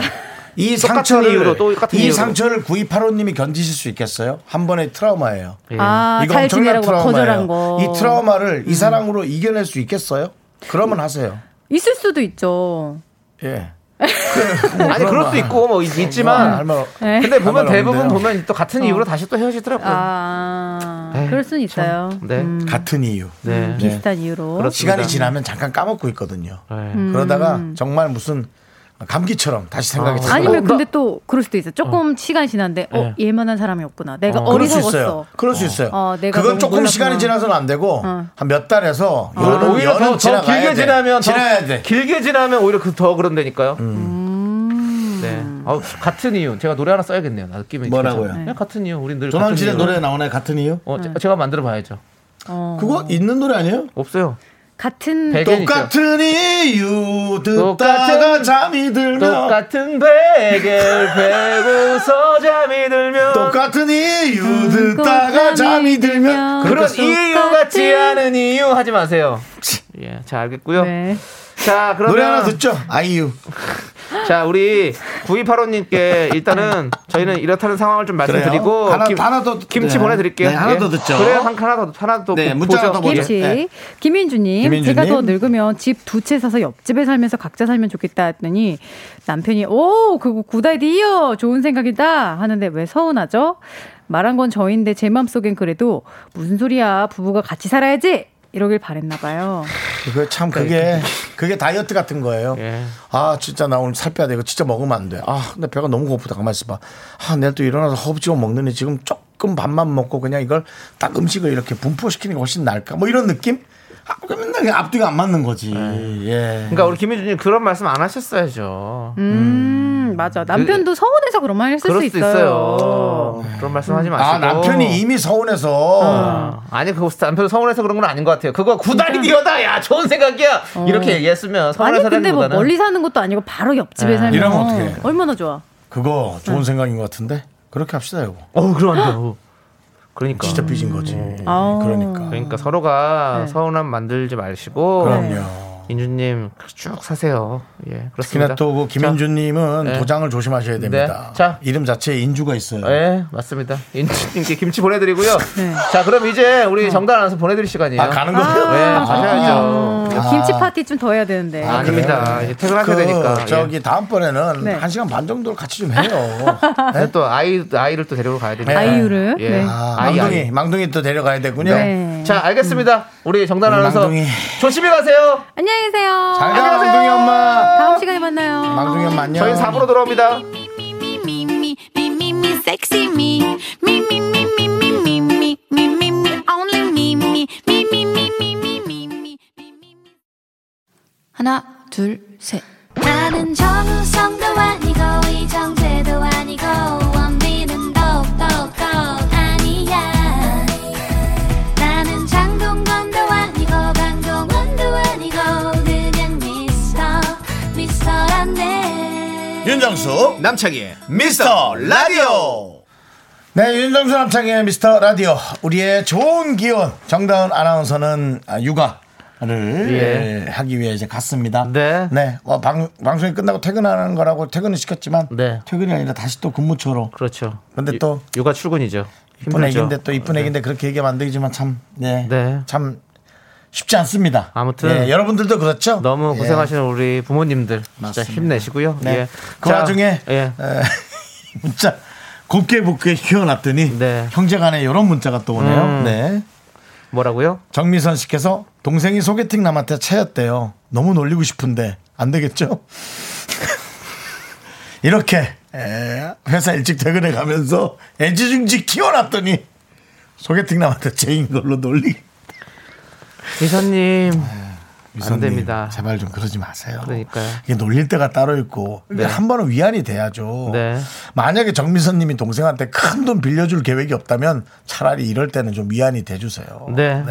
S1: 이
S2: 똑같은
S1: 상처를
S2: 이유로, 또 똑같은
S1: 이
S2: 이유로.
S1: 상처를 9285님이 견디실 수 있겠어요? 한 번의 트라우마예요.
S2: 예.
S4: 아,
S1: 이거
S4: 잘
S1: 엄청난
S4: 지내라고
S1: 트라우마예요.
S4: 거절한 거. 음.
S1: 이 트라우마를 이 사랑으로 이겨낼 수 있겠어요? 그러면 하세요.
S4: 있을 수도 있죠.
S1: 예.
S2: 아니 그럴 수 있고 뭐 있- 있지만
S1: 할말
S4: 네.
S2: 근데 보면
S1: 할말
S2: 대부분
S1: 없는데요.
S2: 보면 또 같은 이유로 다시 또 헤어지더라고요.
S4: 아,
S2: 에이,
S4: 그럴 순
S2: 참.
S4: 있어요.
S2: 네.
S4: 음,
S1: 같은 이유.
S2: 네. 그러니까.
S1: 네.
S4: 비슷한 이유로.
S2: 그렇-
S1: 시간이 지나면 잠깐 까먹고 있거든요.
S2: 네.
S4: 음.
S1: 그러다가 정말 무슨 감기처럼 다시 생각이
S2: 아.
S1: 들어요.
S4: 아니면
S2: 나-
S4: 근데 또 그럴 수도 있어. 조금 시간 지난데 어,
S2: 네.
S4: 얘만한 사람이 없구나. 내가
S2: 어.
S4: 어.
S1: 그럴
S4: 리
S1: 수
S4: 서었
S1: 있어요.
S4: 어
S1: 그럴 수 있어요.
S4: 어, 내가
S1: 그건
S4: 너무
S1: 조금 시간이
S4: 몰랐구나.
S1: 지나서는 안 되고
S4: 어.
S1: 한 몇 달에서
S2: 어. 아, 오히려-
S1: 여는
S2: 오히려
S1: 여는
S2: 더, 더
S1: 지나가야
S2: 길게
S1: 돼.
S2: 지나면 더-
S1: 지나야 돼. 음.
S2: 길게 지나면 오히려 그 더 그런다니까요.
S4: 음.
S2: 네. 아우, 같은 이유. 제가 노래 하나 써야겠네요. 나 느낌이.
S1: 뭐라고요?
S2: 괜찮아요. 그냥 같은 이유. 우린 늘 같은
S1: 조남진의
S2: 이유.
S1: 노래 나오나요? 같은 이유?
S2: 어, 제- 제가 만들어 봐야죠.
S1: 그거
S2: 음.
S1: 있는 노래 아니에요?
S2: 없어요.
S4: 같은
S2: 백- 배경이죠.
S1: 똑같은 이유 듣다가
S2: 똑같은-
S1: 잠이 들면
S2: 똑같은 베개를 베고서 잠이 들면
S1: 똑같은 이유
S2: 음.
S1: 듣다가 잠이 들면
S2: 그런
S1: 그렇게
S2: 이유 같지 않은 이유 하지 마세요. 예, 잘 알겠고요.
S4: 네.
S2: 자, 그러면
S1: 노래 하나 듣죠? 아이유.
S2: 자, 우리 9285님께 일단은 저희는 이렇다는 상황을 좀 말씀드리고
S1: 그래요? 하나-
S2: 김,
S1: 하나 더-
S2: 김치
S1: 네.
S2: 보내드릴게요. 예.
S1: 네, 하나 더 듣죠.
S2: 그래, 한 하나 더 하나 더
S1: 네,
S2: 보-
S1: 문자 하나
S2: 보죠.
S1: 더 보죠.
S4: 김치.
S1: 예.
S4: 김민주님,
S1: 김민주님.
S4: 제가 더 늙으면 집 두 채 사서 옆집에 살면서 각자 살면 좋겠다 했더니 남편이 오 그거 굿아이디어 좋은 생각이다 하는데 왜 서운하죠? 말한 건 저인데 제 마음속엔 그래도 무슨 소리야 부부가 같이 살아야지 이러길 바랬나 봐요.
S1: 그게 참 그게 그게 다이어트 같은 거예요.
S2: 예.
S1: 아 진짜 나 오늘 살 빼야 돼. 이거 진짜 먹으면 안 돼. 아 근데 배가 너무 고프다. 가만 있어봐. 아 내일 또 일어나서 허브지어 먹느니 지금 조금 밥만 먹고 그냥 이걸 딱 음식을 이렇게 분포시키는 게 훨씬 나을까? 뭐 이런 느낌? 아, 그 맨날 그냥 앞뒤가 안 맞는 거지. 예.
S2: 그러니까 우리 김희준님 그런 말씀 안 하셨어야죠.
S4: 음 맞아 남편도 서운해서 그런 말 했을
S2: 그럴
S4: 수
S2: 수도
S4: 있어요.
S2: 있어요. 그런 말씀하지 마시고.
S1: 아 남편이 이미
S4: 어.
S1: 서운해서
S2: 아, 아니 그거 남편 서운해서 그런 건 아닌 것 같아요. 그거 구다리디어다. 야 좋은 생각이야. 이렇게 얘기했으면
S4: 어. 아니
S2: 서운해서
S4: 근데 뭐
S2: 하기보다는
S4: 멀리 사는 것도 아니고 바로 옆집에 살면
S1: 이러면 어떡해?
S4: 얼마나 좋아.
S1: 그거 좋은 생각인 것 같은데 그렇게 합시다 이거.
S2: 어 그럼 안 돼요. 그러니까.
S1: 진짜 삐진 거지.
S4: 아우.
S1: 그러니까.
S2: 그러니까 서로가
S4: 네.
S2: 서운함 만들지 마시고.
S1: 그럼요.
S2: 인준님 쭉 사세요. 예
S1: 특히나
S2: 그렇습니다.
S1: 또그 김현주님은 도장을 조심하셔야 됩니다.
S2: 네. 자.
S1: 이름 자체에 인주가 있어요.
S2: 자, 예 맞습니다. 인준님께 김치 보내드리고요.
S4: 네. 어.
S2: 자 그럼 이제 우리 정단 아나운서 보내드릴 시간이에요.
S1: 아 가는 거예요?
S2: 네, 가셔야죠.
S4: 어, 김치 파티 좀 더 해야 되는데.
S2: 아, 닙니다 이제 퇴근하게
S1: 그
S2: 되니까. 예.
S1: 저기 다음번에는
S4: 네.
S1: 한 시간 반 정도를 같이 좀 해요.
S2: 예. 네, 또 아이 아이를 또 데리고 가야 되니까.
S4: 아이유를.
S2: 예.
S4: 네.
S1: 아,
S2: 아이,
S1: 망둥이,
S2: 아이.
S1: 망둥이 또 데려가야 되군요.
S4: 네.
S2: 자 알겠습니다. 우리 정단
S1: 우리
S2: 아나운서
S1: 망둥이.
S2: 조심히 가세요.
S4: 안녕히 계세요.
S1: 잘가 망둥이 엄마.
S4: 다음 시간에 만나요.
S1: 망둥이 엄마 안녕.
S2: 저희 4부로 돌아옵니다.
S7: 하나, 둘, 셋.
S3: 나는 정우성도 아니고 이정재도 아니고 원빈은 더욱더 아니야 나는 장동건도 아니고 강동원도 아니고 그냥 미스터 미스터란데
S1: 예, 윤정수
S6: 남창희의
S1: 미스터 라디오. 네, 윤정수 남창의 미스터 라디오. 우리의 좋은 기운 정다운 아나운서는 아, 육아. 를
S2: 예.
S1: 하기 위해 이제 갔습니다.
S2: 네.
S1: 어, 방, 방송이 끝나고 퇴근하는 거라고 퇴근을 시켰지만
S2: 네.
S1: 퇴근이 아니라 다시 또 근무처로
S2: 그렇죠.
S1: 근데
S2: 유-
S1: 또
S2: 육아 출근이죠.
S1: 이쁜
S2: 힘들죠.
S1: 애기인데 또 이쁜 애기인데 그렇게 얘기하면 안 되지만 참, 네,
S2: 네.
S1: 참 쉽지 않습니다.
S2: 아무튼
S1: 예, 여러분들도 그렇죠.
S2: 너무
S1: 예,
S2: 고생하시는 우리 부모님들 진짜
S1: 맞습니다.
S2: 힘내시고요.
S1: 네.
S2: 예.
S1: 그
S2: 자,
S1: 와중에
S2: 예.
S1: 에, 문자 곱게 곱게 휘어놨더니
S2: 네.
S1: 형제간에 이런 문자가 또 오네요.
S2: 음.
S1: 네.
S2: 뭐라고요?
S1: 정미선 씨께서 동생이 소개팅 남한테 채였대요. 너무 놀리고 싶은데 안 되겠죠? 이렇게 에, 회사 일찍 퇴근해 가면서 애지중지 키워놨더니 소개팅 남한테 채인 걸로 놀리.
S2: 이사님
S1: 미선님,
S2: 됩니다.
S1: 제발 좀 그러지 마세요.
S2: 그러니까요.
S1: 이게 놀릴 때가 따로 있고 이게 한 번은 위안이 돼야죠.
S2: 네.
S1: 만약에 정미선님이 동생한테 큰 돈 빌려줄 계획이 없다면 차라리 이럴 때는 좀 위안이 돼주세요.
S2: 네.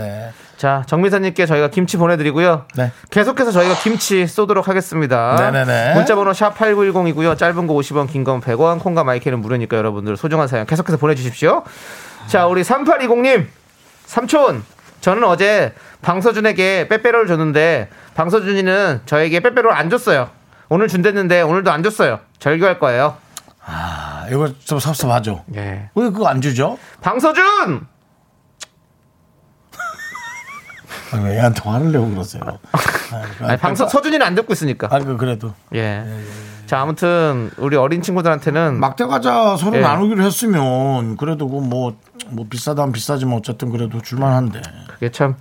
S2: 자 정미사님께 저희가 김치 보내드리고요.
S1: 네.
S2: 계속해서 저희가 김치 쏘도록 하겠습니다.
S1: 네네네.
S2: 문자번호 샵 #8910이고요. 짧은 거 50원, 긴 건 100원, 콩과 마이크는 무료니까 여러분들 소중한 사연 계속해서 보내주십시오. 자 우리 3820님 삼촌 저는 어제 방서준에게 빼빼로를 줬는데 방서준이는 저에게 빼빼로를 안 줬어요. 오늘 준댔는데 오늘도 안 줬어요. 절교할 거예요.
S6: 아, 이거 좀 섭섭하죠.
S2: 예.
S6: 왜 그거 안 주죠?
S2: 방서준!
S6: 아, 왜 애한테 화를 내고 그러세요?
S2: 아니, 방서 서준이는 안 듣고 있으니까.
S6: 아니, 그 그래도.
S2: 예. 자, 아무튼 우리 어린 친구들한테는
S6: 막대 과자 서로
S2: 예.
S6: 나누기로 했으면 그래도 그 뭐, 뭐 비싸다면 비싸지만 어쨌든 그래도 줄만한데.
S2: 그게 참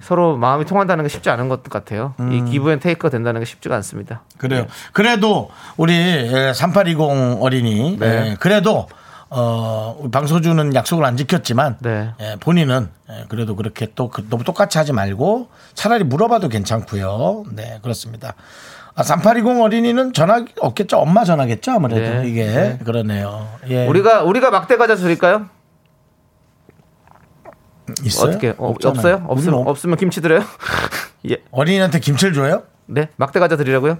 S2: 서로 마음이 통한다는 게 쉽지 않은 것 같아요.
S6: 음.
S2: 이 기브 앤 테이크가 된다는 게 쉽지가 않습니다.
S6: 그래요. 그래도 우리 예, 3820 어린이
S2: 네.
S6: 예, 그래도 어 우리 방소준은 약속을 안 지켰지만
S2: 네.
S6: 예, 본인은 예, 그래도 그렇게 또 그- 너무 똑같이 하지 말고 차라리 물어봐도 괜찮고요. 네 그렇습니다. 아, 3820 어린이는 전화 없겠죠? 엄마 전화겠죠? 아무래도
S2: 네.
S6: 이게
S2: 네.
S6: 그러네요. 예.
S2: 우리가 우리가 막대 과자 줄일까요?
S6: 있어요?
S2: 어떻게 어,
S6: 없잖아요.
S2: 없어요? 없으면
S6: 우리는 없-
S2: 없으면 김치 드려요? 예.
S6: 어린이한테 김치를 줘요?
S2: 네. 막대 과자 드리라고요?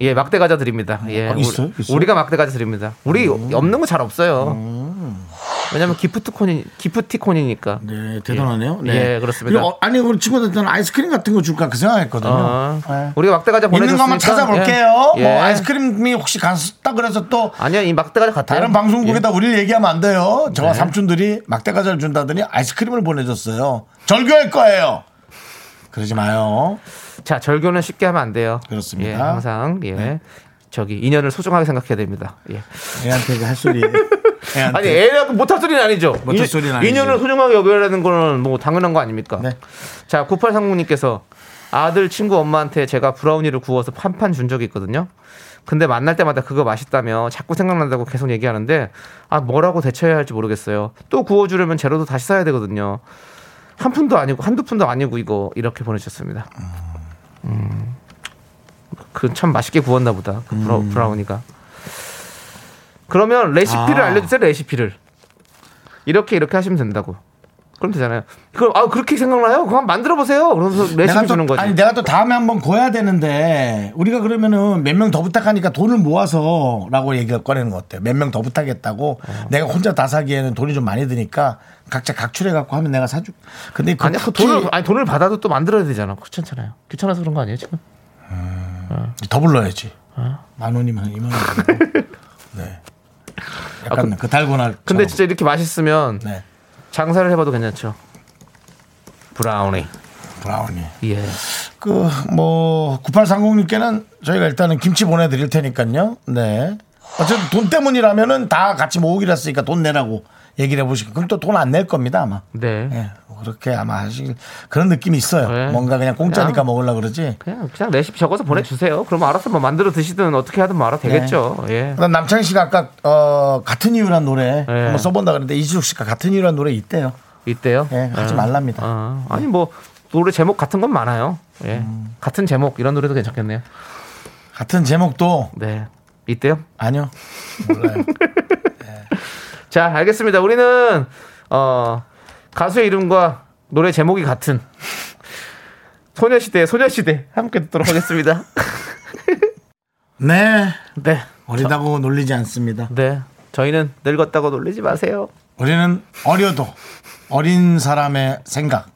S2: 예, 막대 과자 드립니다. 예.
S6: 아, 있어요? 있어요? 음.
S2: 우리, 가 막대 과자 드립니다. 우리 없는 거 잘 없어요. 왜냐면 기프트콘이 기프티콘이니까.
S6: 네 대단하네요.
S2: 예.
S6: 네.
S2: 예, 그렇습니다.
S6: 그리고 어, 아니 우리 친구들한테는 아이스크림 같은 거 줄까 그 생각했거든요.
S2: 어,
S6: 네.
S2: 우리가 막대 과자 보내
S6: 있는 것만 찾아볼게요.
S2: 예.
S6: 뭐 아이스크림이 혹시 갔다 그래서 또
S2: 아니요. 이 막대 과자 같아요.
S6: 다른
S2: 예.
S6: 방송국에다 우리를 얘기하면 안 돼요.
S2: 네.
S6: 저와 삼촌들이 막대과자를 준다더니 아이스크림을 보내줬어요. 절교할 거예요. 그러지 마요.
S2: 자 절교는 쉽게 하면 안 돼요.
S6: 그렇습니다. 네.
S2: 예, 항상 예 저기 인연을 소중하게 생각해야 됩니다. 예.
S6: 애한테 그할 소리. 애한테.
S2: 아니 애라고 못할 소리는 아니죠.
S6: 못할 소리는 아니죠.
S2: 인연을 소중하게 여겨라는 거는 뭐 당연한 거 아닙니까?
S6: 네.
S2: 자 9839님께서 아들 친구 엄마한테 제가 브라우니를 구워서 판판 준 적이 있거든요. 근데 만날 때마다 그거 맛있다며 자꾸 생각난다고 계속 얘기하는데 아 뭐라고 대처해야 할지 모르겠어요. 또 구워주려면 재료도 다시 사야 되거든요. 한 푼도 아니고 한두 푼도 아니고 이거 이렇게 보내주셨습니다. 그 참 맛있게 구웠나 보다. 그 브라,
S6: 음.
S2: 브라우니가. 그러면 레시피를
S6: 아.
S2: 알려주세요. 레시피를 이렇게 이렇게 하시면 된다고. 그럼 되잖아요. 그럼 아 그렇게 생각나요? 그럼 만들어 보세요. 그러면서
S6: 내가
S2: 레시피
S6: 또,
S2: 주는 거지.
S6: 아니 내가 또 다음에 한번 고야 되는데 우리가 그러면은 몇 명 더 부탁하니까 돈을 모아서라고 얘기를 꺼내는 것 같아요. 몇 명 더 부탁했다고
S2: 어.
S6: 내가 혼자 다 사기에는 돈이 좀 많이 드니까 각자 각출해 갖고 하면 내가 사줄. 근데 그
S2: 아니 그
S6: 쿠키
S2: 돈을 아니 돈을 받아도 또 만들어야 되잖아. 귀찮잖아요. 귀찮아서 그런 거 아니에요 지금? 아-
S6: 더 불러야지.
S2: 어?
S6: 만 원이면 이만 원. 주고. 네. 약간 그, 달고나.
S2: 아, 근데
S6: 처럼.
S2: 진짜 이렇게 맛있으면
S6: 네.
S2: 장사를 해봐도 괜찮죠. 브라우니.
S6: 브라우니.
S2: 예.
S6: 그 뭐 9830님께는 저희가 일단은 김치 보내드릴 테니까요. 네. 어쨌든 돈 때문이라면은 다 같이 모으기로 했으니까 돈 내라고 얘기를 해보시고 그럼 또 돈 안 낼 겁니다 아마.
S2: 네.
S6: 예. 그렇게 아마 하실 그런 느낌이 있어요.
S2: 네.
S6: 뭔가 그냥 공짜니까
S2: 그냥-
S6: 먹으려 그러지.
S2: 그냥 그냥 레시피 적어서 보내주세요. 그럼 알아서 뭐 만들어 드시든 어떻게 하든 뭐 알아
S6: 네.
S2: 되겠죠. 예.
S6: 그다음 남창희 씨가 아까 어, 같은 이유란 노래
S2: 네.
S6: 한번 써본다 그랬는데 이지숙 씨가 같은 이유란 노래 있대요.
S2: 이때요.
S6: 예, 하지
S2: 어.
S6: 말랍니다.
S2: 어. 아니 뭐 노래 제목 같은 건 많아요. 예. 같은 제목 이런 노래도 괜찮겠네요.
S6: 같은 제목도
S2: 네. 이때요.
S6: 아니요. 몰라요.
S2: 자, 알겠습니다. 우리는 어 가수의 이름과 노래 제목이 같은 소녀시대 소녀시대 함께 듣도록 하겠습니다.
S6: 네.
S2: 네.
S6: 어리다고 놀리지 않습니다.
S2: 네. 저희는 늙었다고 놀리지 마세요.
S6: 우리는 어려도 어린 사람의 생각,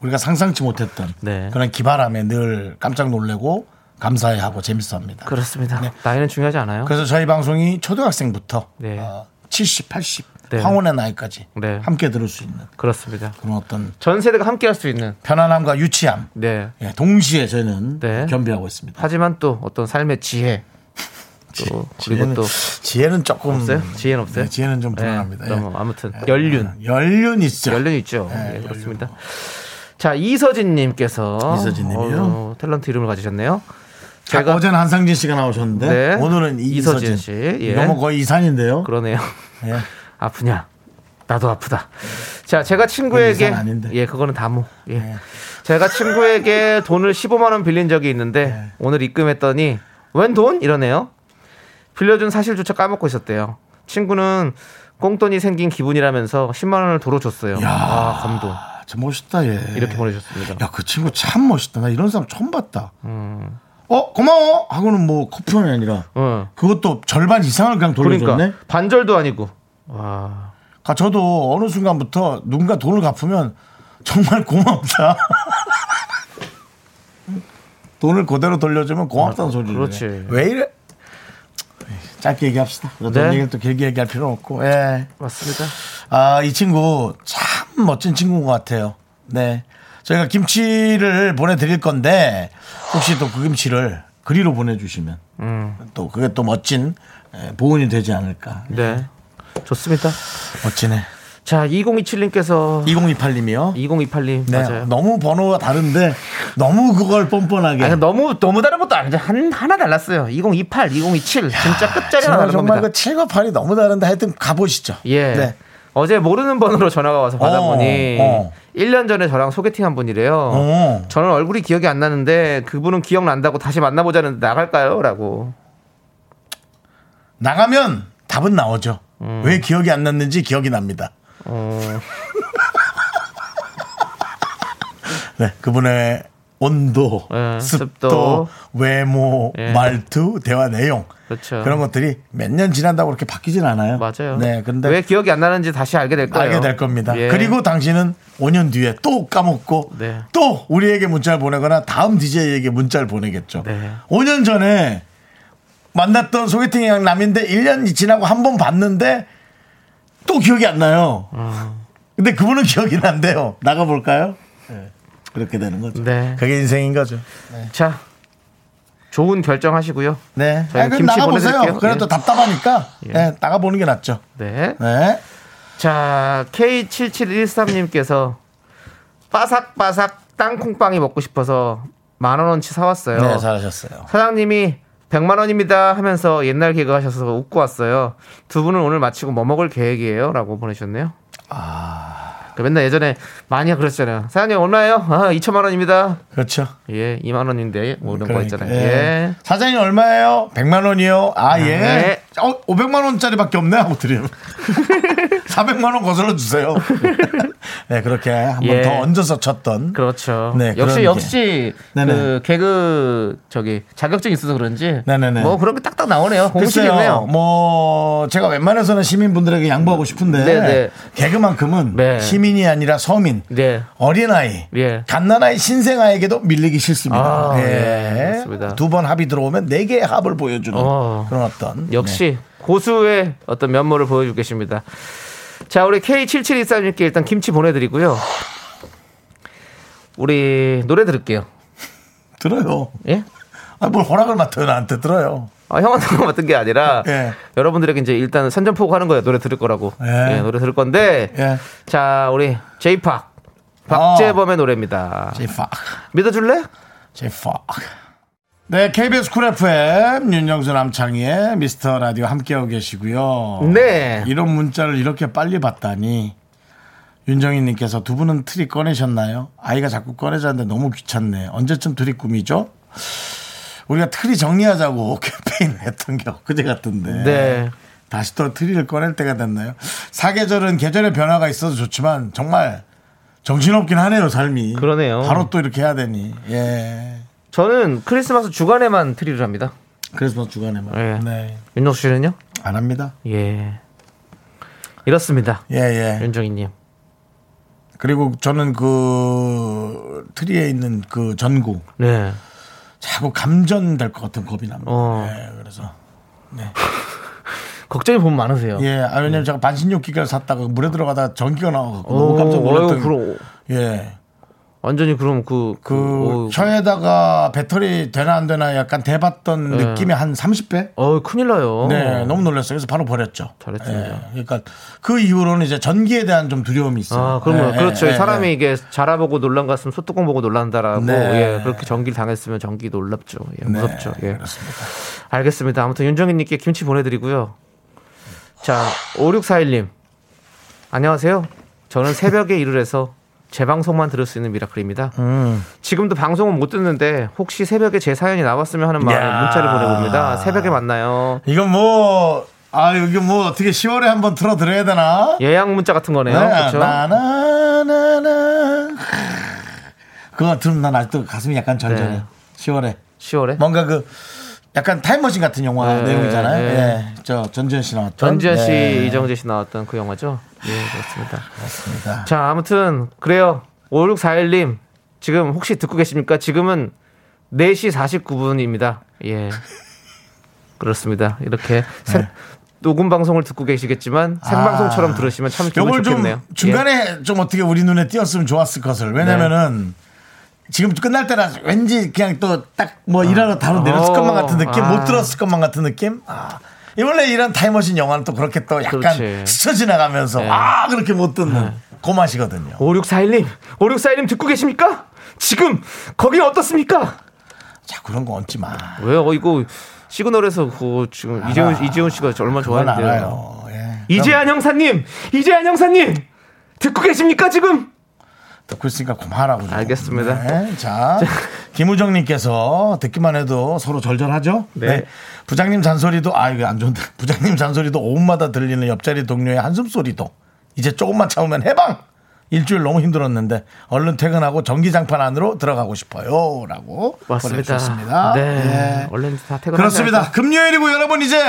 S6: 우리가 상상치 못했던
S2: 네.
S6: 그런 기바람에 늘 깜짝 놀래고 감사해하고 재밌어합니다.
S2: 그렇습니다. 나이는 중요하지 않아요.
S6: 그래서 저희 방송이 초등학생부터
S2: 네.
S6: 어, 70, 80,
S2: 네.
S6: 황혼의 나이까지
S2: 네.
S6: 함께 들을 수 있는
S2: 그렇습니다.
S6: 그런 어떤
S2: 전 세대가 함께 할 수 있는
S6: 편안함과 유치함,
S2: 네.
S6: 예, 동시에 저희는
S2: 네.
S6: 겸비하고 있습니다.
S2: 하지만 또 어떤 삶의 지혜 또 그리고
S6: 지혜는,
S2: 또
S6: 지혜는 조금
S2: 없어요? 지혜는 없어요?
S6: 네, 지혜는 좀 불안합니다.
S2: 네, 너무 아무튼 연륜
S6: 연륜 있죠.
S2: 연륜 있죠. 예,
S6: 연륜.
S2: 그렇습니다. 자 이서진님께서
S6: 이서진님이요?
S2: 어, 탤런트 이름을 가지셨네요.
S6: 제가
S2: 제가
S6: 어제는 한상진 씨가 나오셨는데
S2: 네.
S6: 오늘은 이- 이서진
S2: 이서진 씨, 예.
S6: 이거 뭐 거의 이산인데요.
S2: 그러네요.
S6: 예.
S2: 아프냐? 나도 아프다. 자 제가
S6: 그건
S2: 친구에게
S6: 이상 아닌데.
S2: 예 그거는 다모. 예. 제가 친구에게 돈을 15만 원 빌린 적이 있는데
S6: 예.
S2: 오늘 입금했더니 웬 돈 이러네요. 빌려준 사실조차 까먹고 있었대요. 친구는 꽁돈이 생긴 기분이라면서 10만 원을 도로 줬어요. 아 감동.
S6: 아, 참 멋있다 얘.
S2: 이렇게 보내주셨습니다.
S6: 야, 그 친구 참 멋있다. 나 이런 사람 처음 봤다. 어, 고마워. 하고는 뭐 커플이 아니라
S2: 어.
S6: 그것도 절반 이상을 그냥 돌려줬네.
S2: 그러니까 반절도 아니고. 와.
S6: 아, 저도 어느 순간부터 누군가 돈을 갚으면
S1: 정말 고맙다. 돈을 그대로 돌려주면 고맙다는 소리를.
S2: 아, 그렇지.
S1: 왜 이래? 에이, 짧게 얘기합시다. 돈
S2: 네.
S1: 얘기를 또 길게 얘기할 필요는 없고. 예.
S2: 맞습니다.
S1: 아, 이 친구 참 멋진 친구인 것 같아요. 네. 저희가 김치를 보내드릴 건데, 혹시 또 그 김치를 그리로 보내주시면,
S2: 음.
S1: 또 그게 또 멋진 에, 보온이 되지 않을까.
S6: 예.
S2: 네. 좋습니다.
S1: 멋지네.
S2: 자, 2027님께서
S1: 2028님이요.
S2: 2028님
S1: 네.
S2: 맞아요.
S1: 너무 번호가 다른데, 너무 그걸 뻔뻔하게.
S2: 아니, 너무 너무 다른 것도 아니죠. 한 하나 달랐어요. 2028, 2027 진짜 끝자리 하나
S1: 정말,
S2: 다른
S1: 정말
S2: 겁니다.
S1: 그 7과 8이 너무 다른데 하여튼 가보시죠.
S2: 예.
S1: 네.
S2: 어제 모르는 번호로 전화가 와서 받아보니
S1: 어.
S2: 1년 전에 저랑 소개팅한 분이래요.
S1: 어.
S2: 저는 얼굴이 기억이 안 나는데 그분은 기억난다고 다시 만나보자는데 나갈까요? 라고.
S1: 나가면 답은 나오죠.
S2: 음.
S1: 왜 기억이 안 났는지 기억이 납니다.
S2: 어,
S1: 네, 그분의 온도,
S2: 예,
S1: 습도,
S2: 습도,
S1: 외모,
S2: 예.
S1: 말투, 대화 내용
S2: 그렇죠.
S1: 그런 것들이 몇 년 지난다고 그렇게 바뀌진 않아요.
S2: 맞아요.
S1: 네, 근데
S2: 왜 기억이 안 나는지 다시 알게 될 거예요.
S1: 알게 될 겁니다.
S2: 예.
S1: 그리고 당신은 5년 뒤에 또 까먹고
S2: 네.
S1: 또 우리에게 문자를 보내거나 다음 DJ에게 문자를 보내겠죠.
S2: 네.
S1: 5년 전에 만났던 소개팅 남인데 1년 지나고 한 번 봤는데 또 기억이 안 나요.
S2: 음.
S1: 근데 그분은 기억이 난대요. 나가볼까요? 네. 그렇게 되는 거죠.
S2: 네.
S1: 그게 인생인 거죠.
S2: 자, 좋은 결정하시고요.
S1: 네.
S2: 저희는
S1: 아, 그럼
S2: 김치
S1: 나가보세요.
S2: 보내드릴게요.
S1: 그래도
S2: 예.
S1: 답답하니까 네, 나가보는 게 낫죠.
S2: 네.
S1: 네.
S2: 자, K7713님께서 바삭바삭 땅콩빵이 먹고 싶어서 만원어치 사왔어요.
S1: 네, 잘하셨어요.
S2: 사장님이 100만 원입니다 하면서 옛날 개그 하셔서 웃고 왔어요. 두 분은 오늘 마치고 뭐 먹을 계획이에요? 라고 보내셨네요. 아. 맨날 예전에 많이 그랬잖아요. 사장님 얼마예요? 아, 2천만 원입니다.
S1: 그렇죠.
S2: 예, 2만 원인데 뭐 이런 거
S1: 그러니까,
S2: 있잖아요.
S1: 예.
S2: 예.
S1: 사장님 얼마예요? 100만 원이요. 아, 예.
S2: 네.
S1: 어, 500만 원짜리밖에 없네 하고 드려요. 400만 원 거슬러 주세요. 네, 그렇게 한 번
S2: 예.
S1: 더 얹어서 쳤던
S2: 그렇죠.
S1: 네, 그런
S2: 역시
S1: 게.
S2: 역시
S1: 네네.
S2: 그 개그 저기 자격증 이 있어서 그런지
S1: 네네네.
S2: 뭐 그런 게 딱딱 나오네요. 공식이네요.
S1: 뭐 제가 웬만해서는 시민분들에게 양보하고 싶은데
S2: 네, 네.
S1: 개그만큼은
S2: 네.
S1: 시민이 아니라 서민,
S2: 네.
S1: 어린아이,
S2: 예.
S1: 갓난아이, 신생아에게도 밀리기 싫습니다.
S2: 아, 네,
S1: 예.
S2: 그렇습니다.
S1: 두 번 합이 들어오면 네 개의 합을 보여주는
S2: 어.
S1: 그런 어떤 네.
S2: 역시 고수의 어떤 면모를 보여주고 계십니다. 자, 우리 K7723님께 일단 김치 보내드리고요. 우리 노래 들을게요.
S1: 들어요.
S2: 예?
S1: 아, 뭘 허락을 맡아요 나한테 들어요.
S2: 아, 형한테 맡은 게 아니라
S1: 예.
S2: 여러분들에게 이제 일단 선전포고 하는 거예요. 노래 들을 거라고.
S1: 예.
S2: 예, 노래 들을 건데.
S1: 예.
S2: 자, 우리 제이팍 박재범의 노래입니다.
S1: 제팍,
S2: 믿어줄래?
S1: 제팍. 네, KBS 쿨 FM 윤영수 남창희의 네. 미스터 라디오 함께하고 계시고요.
S2: 네.
S1: 이런 문자를 이렇게 빨리 받다니 윤정희님께서 두 분은 트리 꺼내셨나요? 아이가 자꾸 꺼내자는데 너무 귀찮네. 언제쯤 둘이 꾸미죠? 우리가 트리 정리하자고 캠페인 했던 게 엊그제 같은데.
S2: 네.
S1: 다시 또 트리를 꺼낼 때가 됐나요? 사계절은 계절의 변화가 있어도 좋지만 정말 정신없긴 하네요 삶이.
S2: 그러네요.
S1: 바로 또 이렇게 해야 되니. 예.
S2: 저는 크리스마스 주간에만 트리를 합니다.
S1: 그래서 주간에만.
S2: 예.
S1: 네.
S2: 윤정수 씨는요?
S1: 안 합니다.
S2: 예. 이렇습니다.
S1: 예 예.
S2: 윤정희님.
S1: 그리고 저는 그 트리에 있는 그 전구
S2: 네.
S1: 자꾸 감전될 것 같은 겁이 납니다.
S2: 어.
S1: 예, 그래서
S2: 걱정이 보면 많으세요.
S1: 예, 아 왜냐면 제가 반신욕 기계를 샀다가 물에 들어가다 전기가 나와서
S2: 오,
S1: 너무 깜짝 놀랐던.
S2: 어휴, 그럼
S1: 예,
S2: 완전히 그럼 그,
S1: 그
S2: 그, 어휴,
S1: 혀에다가 배터리 되나 안 되나 약간 대봤던
S2: 예.
S1: 느낌의 한 30배.
S2: 어휴, 큰일 나요.
S1: 네, 너무 놀랐어요. 그래서 바로 버렸죠.
S2: 잘했습니다.
S1: 예, 그러니까 그 이후로는 이제 전기에 대한 좀 두려움이 있어요.
S2: 아, 그러면
S1: 예,
S2: 그렇죠.
S1: 예,
S2: 이 사람이
S1: 예.
S2: 이게 자라보고 놀란 것 같으면 소뚜껑 보고 놀란다라고
S1: 네.
S2: 예, 그렇게 전기를 당했으면 전기 놀랍죠. 예,
S1: 네,
S2: 무섭죠. 예.
S1: 그렇습니다.
S2: 알겠습니다. 아무튼 윤정희님께 김치 보내드리고요. 자, 5641님. 안녕하세요. 저는 새벽에 일을 해서 재방송만 들을 수 있는 미라클입니다.
S1: 음.
S2: 지금도 방송은 못 듣는데 혹시 새벽에 제 사연이 나왔으면 하는 마음에
S1: 야.
S2: 문자를 보내봅니다. 새벽에 만나요.
S1: 이건 뭐, 아, 이게 뭐 어떻게 10월에 한번 틀어드려야 되나?
S2: 예약 문자 같은 거네요. 그렇죠?
S1: 나나나나 그거 들으면 난 아직도 가슴이 약간 절절해.
S2: 네.
S1: 10월에
S2: 10월에
S1: 뭔가 그 약간 타임머신 같은 영화
S2: 네,
S1: 내용이잖아요.
S2: 네.
S1: 예, 저 전지현 씨 나왔던
S2: 전지현 씨,
S1: 네.
S2: 이정재 씨 나왔던 그 영화죠. 예, 그렇습니다.
S1: 그렇습니다.
S2: 자, 아무튼 그래요. 5641님, 지금 혹시 듣고 계십니까? 지금은 4시 49분입니다. 예. 그렇습니다. 이렇게 생- 녹음 방송을 듣고 계시겠지만 생방송처럼 들으시면 참 기분
S1: 요걸 좀
S2: 좋겠네요. 예.
S1: 중간에 좀 어떻게 우리 눈에 띄었으면 좋았을 것을. 왜냐면은
S2: 네.
S1: 지금 끝날 때라 왠지 그냥 또 딱 뭐 일하러 바로 내렸을
S2: 어.
S1: 것만 같은 느낌,
S2: 아.
S1: 못 들었을 것만 같은 느낌. 아. 이 원래 이런 타임머신 영화는 또 그렇게 또 약간
S2: 그렇지. 예.
S1: 스쳐 지나가면서 아 그렇게 못 듣는 고 맛이거든요.
S2: 5641님, 5641님 듣고 계십니까? 지금 거기는 어떻습니까?
S1: 자 그런 거 얹지 마.
S2: 왜요? 어, 이거 시그널에서 그 지금 이재훈 이재훈 씨가 얼마나
S1: 그건
S2: 좋아하는데요.
S1: 알아요. 예.
S2: 이재한 형사님, 이재한 형사님 듣고 계십니까 지금?
S1: 듣고 있으니까 고마하라고. 좀.
S2: 알겠습니다.
S1: 네, 자, 김우정님께서 듣기만 해도 서로 절절하죠?
S2: 네.
S1: 부장님 잔소리도, 아, 이거 안 좋은데. 부장님 잔소리도 오후마다 들리는 옆자리 동료의 한숨소리도 이제 조금만 참으면 해방! 일주일 너무 힘들었는데 얼른 퇴근하고 전기장판 안으로 들어가고 싶어요. 라고 보내주셨습니다.
S2: 네,
S1: 예.
S2: 얼른 다 퇴근.
S1: 그렇습니다. 금요일이고 여러분 이제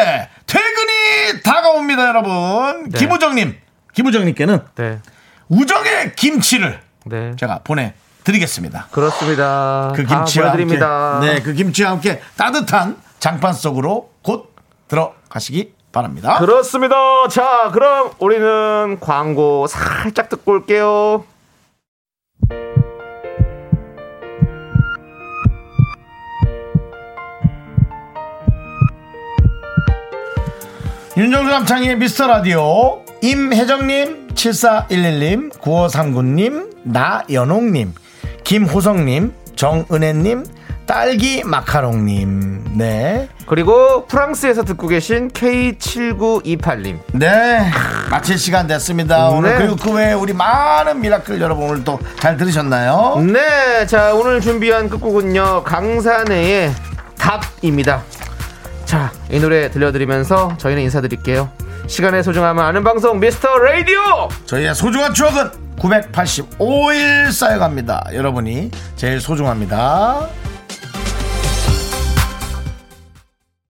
S1: 퇴근이 다가옵니다, 여러분.
S2: 네.
S1: 김우정님, 김우정님께는
S2: 네,
S1: 우정의 김치를
S2: 네,
S1: 제가 보내드리겠습니다.
S2: 그렇습니다.
S1: 그
S2: 다
S1: 김치와
S2: 보여드립니다.
S1: 함께, 네, 그 김치와 함께 따뜻한 장판 속으로 곧 들어가시기 바랍니다.
S2: 그렇습니다. 자, 그럼 우리는 광고 살짝 듣고 올게요.
S1: 윤정수 남창의 미스터 라디오 임혜정님, 7411님, 9539님, 나연옥님, 김호성님, 정은혜님, 딸기 마카롱님. 네.
S2: 그리고 프랑스에서 듣고 계신 K7928님.
S1: 네. 마칠 시간 됐습니다. 오늘
S2: 네.
S1: 그리고 그 외에 우리 많은 미라클 여러분 오늘 또 잘 들으셨나요?
S2: 네, 자 오늘 준비한 끝곡은요 강산의 답입니다. 자, 이 노래 들려드리면서 저희는 인사드릴게요. 시간의 소중함을 아는 방송 미스터 라디오.
S1: 저희의 소중한 추억은 985일 쌓여갑니다. 여러분이 제일 소중합니다.